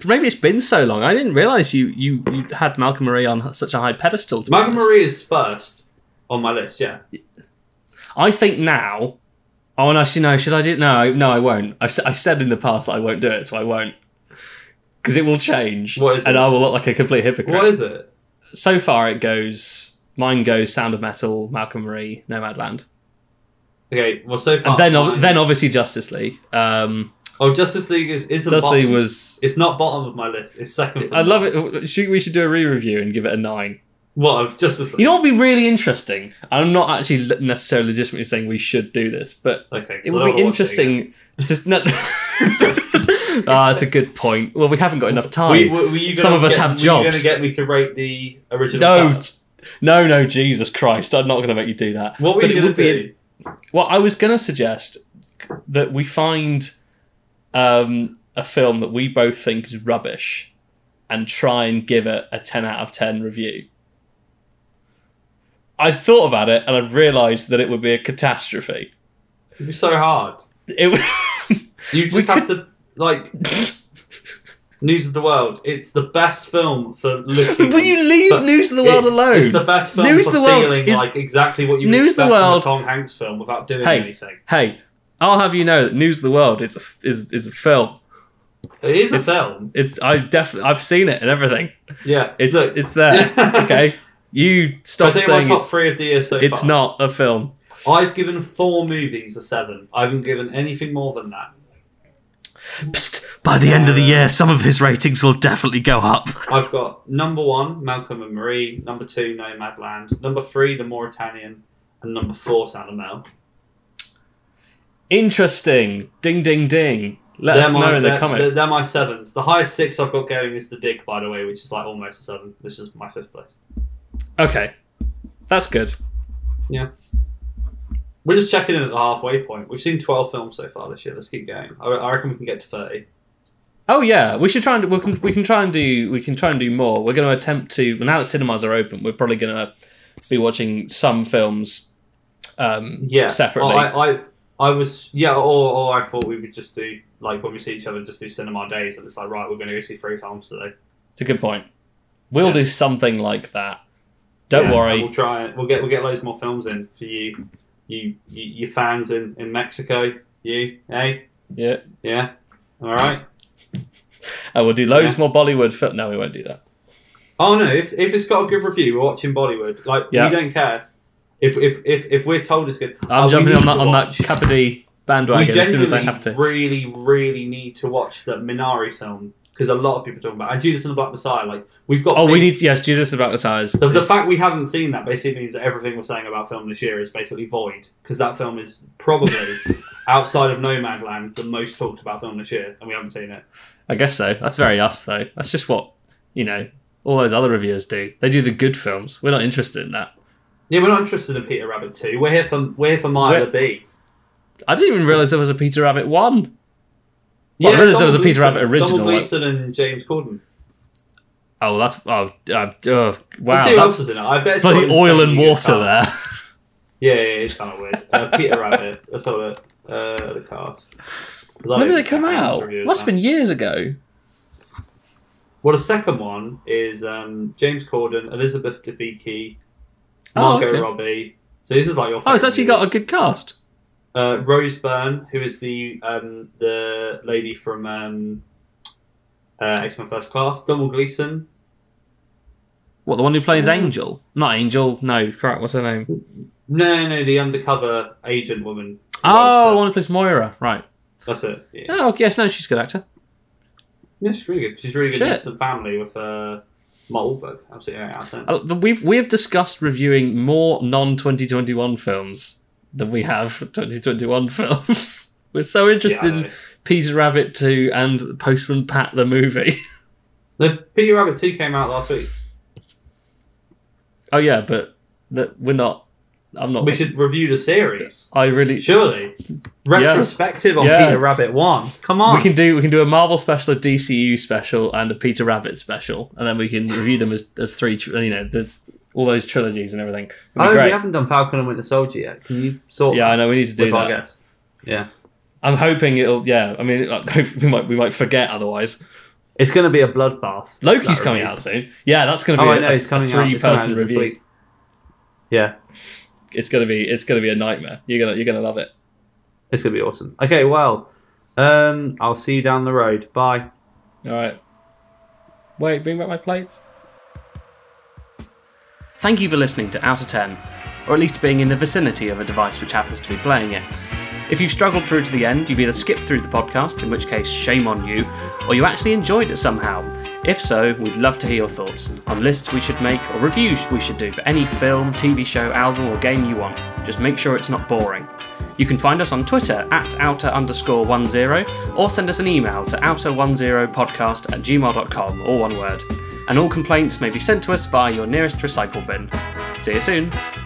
Speaker 6: Maybe it's been so long. I didn't realize you. You. You had Malcolm Murray on such a high pedestal. To be
Speaker 5: Malcolm
Speaker 6: honest.
Speaker 5: Marie is first on my list. Yeah,
Speaker 6: I think now. Oh, and actually, no. Should I do? No, no, I won't. I've, s- I said in the past that I won't do it, so I won't. Because it will change,
Speaker 5: What is
Speaker 6: and
Speaker 5: it?
Speaker 6: I will look like a complete hypocrite.
Speaker 5: what is it?
Speaker 6: so far, it goes. Mine goes Sound of Metal, Malcolm Marie, Nomadland,
Speaker 5: Okay, well so far.
Speaker 6: and then ob-
Speaker 5: mine-
Speaker 6: then obviously Justice League. Um,
Speaker 5: oh, Justice League is isn't
Speaker 6: Justice
Speaker 5: bottom.
Speaker 6: League was
Speaker 5: It's not bottom of my list. It's second.
Speaker 6: I love it. Should, we should do a re-review and give it a nine.
Speaker 5: What of Justice League?
Speaker 6: You know what would be really interesting? I'm not actually le- necessarily legitimately saying we should do this, but
Speaker 5: okay, 'cause
Speaker 6: it
Speaker 5: I
Speaker 6: would
Speaker 5: don't
Speaker 6: be
Speaker 5: wanna watch it again.
Speaker 6: interesting. Just no. ah, that's a good point. Well, we haven't got enough time.
Speaker 5: We- were- were you gonna
Speaker 6: Some of us
Speaker 5: get-
Speaker 6: have
Speaker 5: You're
Speaker 6: jobs.
Speaker 5: going to get me to rate the original.
Speaker 6: no,
Speaker 5: cut?
Speaker 6: no, no, Jesus Christ! I'm not going to make you do that.
Speaker 5: What were
Speaker 6: But
Speaker 5: you
Speaker 6: it
Speaker 5: going
Speaker 6: would be
Speaker 5: to
Speaker 6: in-
Speaker 5: do?
Speaker 6: Well, I was going to suggest that we find um, a film that we both think is rubbish and try and give it a 10 out of 10 review. I thought about it and I've realised that it would be a catastrophe.
Speaker 5: It'd be so hard.
Speaker 6: It would-
Speaker 5: You just have to like News of the World. It's the best film for looking.
Speaker 6: Will you leave
Speaker 5: for-
Speaker 6: News of the World
Speaker 5: it-
Speaker 6: alone?
Speaker 5: It's the best film
Speaker 6: News
Speaker 5: for
Speaker 6: of the World
Speaker 5: feeling
Speaker 6: is-
Speaker 5: like exactly what you
Speaker 6: News
Speaker 5: News expect
Speaker 6: of the World-
Speaker 5: from a Tom Hanks film without doing
Speaker 6: hey,
Speaker 5: anything.
Speaker 6: hey, I'll have you know that News of the World is a, is, is a film.
Speaker 5: It is a
Speaker 6: It's-
Speaker 5: film.
Speaker 6: It's I definitely I've seen it and everything.
Speaker 5: Yeah,
Speaker 6: It's
Speaker 5: look,
Speaker 6: it's there. okay, you
Speaker 5: I
Speaker 6: stop
Speaker 5: think my
Speaker 6: saying
Speaker 5: top
Speaker 6: it's,
Speaker 5: three of the year so
Speaker 6: it's
Speaker 5: far.
Speaker 6: not a film.
Speaker 5: I've given four movies a seven. I haven't given anything more than that.
Speaker 6: Psst, by the end of the year, some of his ratings will definitely go up.
Speaker 5: I've got number one, Malcolm and Marie. Number two, Nomadland. Number three, The Mauritanian. And number four, Sound of Metal.
Speaker 6: Interesting. Ding, ding, ding. Let us
Speaker 5: They're
Speaker 6: know
Speaker 5: my-
Speaker 6: in
Speaker 5: they're-
Speaker 6: the
Speaker 5: They're,
Speaker 6: comments.
Speaker 5: they're my sevens. The highest six I've got going is the dig, by the way, which is like almost a seven. This is my fifth place.
Speaker 6: Okay, that's good.
Speaker 5: Yeah. We're just checking in at the halfway point. We've seen 12 films so far this year. Let's keep going. I, I reckon we can get to 30.
Speaker 6: Oh yeah, we should try and we can we can try and do we can try and do more. We're going to attempt to now that cinemas are open, we're probably going to be watching some films um,
Speaker 5: Yeah. Oh,
Speaker 6: separately.
Speaker 5: I, I, I was, yeah, or, or I thought we would just do, like, when we see each other, just do cinema days. And it's like, right, we're going to go see three films today.
Speaker 6: It's a good point. We'll
Speaker 5: Yeah.
Speaker 6: do something like that. Don't
Speaker 5: Yeah, and
Speaker 6: worry.
Speaker 5: We'll try it. We'll get, we'll get loads more films in for you, you, you your fans in, in Mexico. You, eh?
Speaker 6: yeah,
Speaker 5: Yeah. All right.
Speaker 6: and we'll do loads
Speaker 5: Yeah.
Speaker 6: more Bollywood. Fil- no, we won't do that.
Speaker 5: Oh no! If, if it's got a good review, we're watching Bollywood. Like
Speaker 6: Yeah.
Speaker 5: we don't care. If if if, if we're told it's good,
Speaker 6: I'm
Speaker 5: Uh, we
Speaker 6: jumping
Speaker 5: need
Speaker 6: on that
Speaker 5: to
Speaker 6: on that
Speaker 5: watch-
Speaker 6: Capadi
Speaker 5: We
Speaker 6: bandwagon as soon as I have
Speaker 5: genuinely
Speaker 6: to.
Speaker 5: really really need to watch that Minari film because a lot of people are talking about. it. And Judas and the Black Messiah. Like we've got.
Speaker 6: Oh, we
Speaker 5: big-
Speaker 6: need yes, Judas about the size.
Speaker 5: The, the fact we haven't seen that basically means that everything we're saying about film this year is basically void because that film is probably outside of Nomadland the most talked about film this year, and we haven't seen it.
Speaker 6: I guess so. That's very us though. That's just what you know. All those other reviewers do. They do the good films. We're not interested in that.
Speaker 5: Yeah, we're not interested in Peter Rabbit two. We're here for we're here for Mila
Speaker 6: We're-
Speaker 5: B.
Speaker 6: I didn't even realize there was a Peter Rabbit one. Well, I realised there was a
Speaker 5: Donald
Speaker 6: Peter Rabbit
Speaker 5: Gleeson-
Speaker 6: original,
Speaker 5: Donald
Speaker 6: like-
Speaker 5: Gleeson and James Corden.
Speaker 6: Oh, that's oh, uh, uh, wow.
Speaker 5: Let's see who else
Speaker 6: That's
Speaker 5: is in it. I bet it's
Speaker 6: bloody
Speaker 5: got
Speaker 6: oil and
Speaker 5: insanely good
Speaker 6: water
Speaker 5: cast.
Speaker 6: there.
Speaker 5: Yeah, yeah, yeah, it's kind of weird. Uh, Peter Rabbit. That's all the uh, the cast. 'Cause I
Speaker 6: when
Speaker 5: don't
Speaker 6: did it
Speaker 5: think
Speaker 6: come
Speaker 5: I can
Speaker 6: out?
Speaker 5: review it
Speaker 6: Must have
Speaker 5: now.
Speaker 6: been years ago.
Speaker 5: Well, the second one is um, James Corden, Elizabeth Debicki,
Speaker 6: Oh,
Speaker 5: Margot
Speaker 6: okay.
Speaker 5: Robbie. So this is like your.
Speaker 6: Oh, it's
Speaker 5: favourite
Speaker 6: actually
Speaker 5: movie.
Speaker 6: got a good cast.
Speaker 5: uh, Rose Byrne, who is the um, the lady from um, uh, X Men First Class, Donald Gleason,
Speaker 6: What the one who plays Angel? Not Angel. No, crap. What's her name?
Speaker 5: no, no, the undercover agent woman.
Speaker 6: Oh, the one who plays Moira. Right.
Speaker 5: that's it. Yeah,
Speaker 6: Oh, yes. No, she's a good actor.
Speaker 5: Yeah, she's really good. She's really good.
Speaker 6: Shit.
Speaker 5: Next to Family with uh, Mark Wahlberg. Absolutely, yeah, I
Speaker 6: Uh, We've we have discussed reviewing more non twenty twenty one films than we have twenty twenty one films. We're so interested
Speaker 5: Yeah, I know.
Speaker 6: in Peter Rabbit two and Postman Pat the movie.
Speaker 5: The Peter Rabbit two came out last week.
Speaker 6: oh yeah, but that we're not. I'm not.
Speaker 5: We should review the series.
Speaker 6: I really.
Speaker 5: Surely, retrospective on
Speaker 6: Yeah.
Speaker 5: Peter Rabbit one. Come on,
Speaker 6: We can do we can do a Marvel special, a DCU special, and a Peter Rabbit special, and then we can review them as, as three. tr- You know, the, all those trilogies and everything. It'd be
Speaker 5: Oh,
Speaker 6: great.
Speaker 5: we haven't done Falcon and Winter Soldier yet. Can you sort?
Speaker 6: Yeah, I
Speaker 5: that
Speaker 6: know we need to do
Speaker 5: with our
Speaker 6: that.
Speaker 5: guests? Yeah.
Speaker 6: I'm hoping it'll. Yeah, I mean, like, we might we might forget otherwise.
Speaker 5: It's going to be a bloodbath.
Speaker 6: Loki's
Speaker 5: That
Speaker 6: coming
Speaker 5: review.
Speaker 6: out soon. Yeah, that's going to
Speaker 5: Oh,
Speaker 6: be
Speaker 5: I
Speaker 6: a-
Speaker 5: know.
Speaker 6: a,
Speaker 5: It's coming out.
Speaker 6: three
Speaker 5: It's coming out
Speaker 6: person
Speaker 5: this
Speaker 6: review.
Speaker 5: week. Yeah,
Speaker 6: It's going to be it's going to be a nightmare. You're gonna you're gonna love it.
Speaker 5: it's going to be awesome. Okay, well, um, I'll see you down the road. Bye.
Speaker 6: All right. Wait, bring back my plates. Thank you for listening to Out of 10, or at least being in the vicinity of a device which happens to be playing it. If you've struggled through to the end, you've either skipped through the podcast, in which case, shame on you, or you actually enjoyed it somehow. If so, we'd love to hear your thoughts on lists we should make or reviews we should do for any film, TV show, album, or game you want. Just make sure it's not boring. You can find us on Twitter at outer underscore one zero, or send us an email to outer one zero podcast at gmail.com, all one word. And all complaints may be sent to us via your nearest recycle bin. See you soon.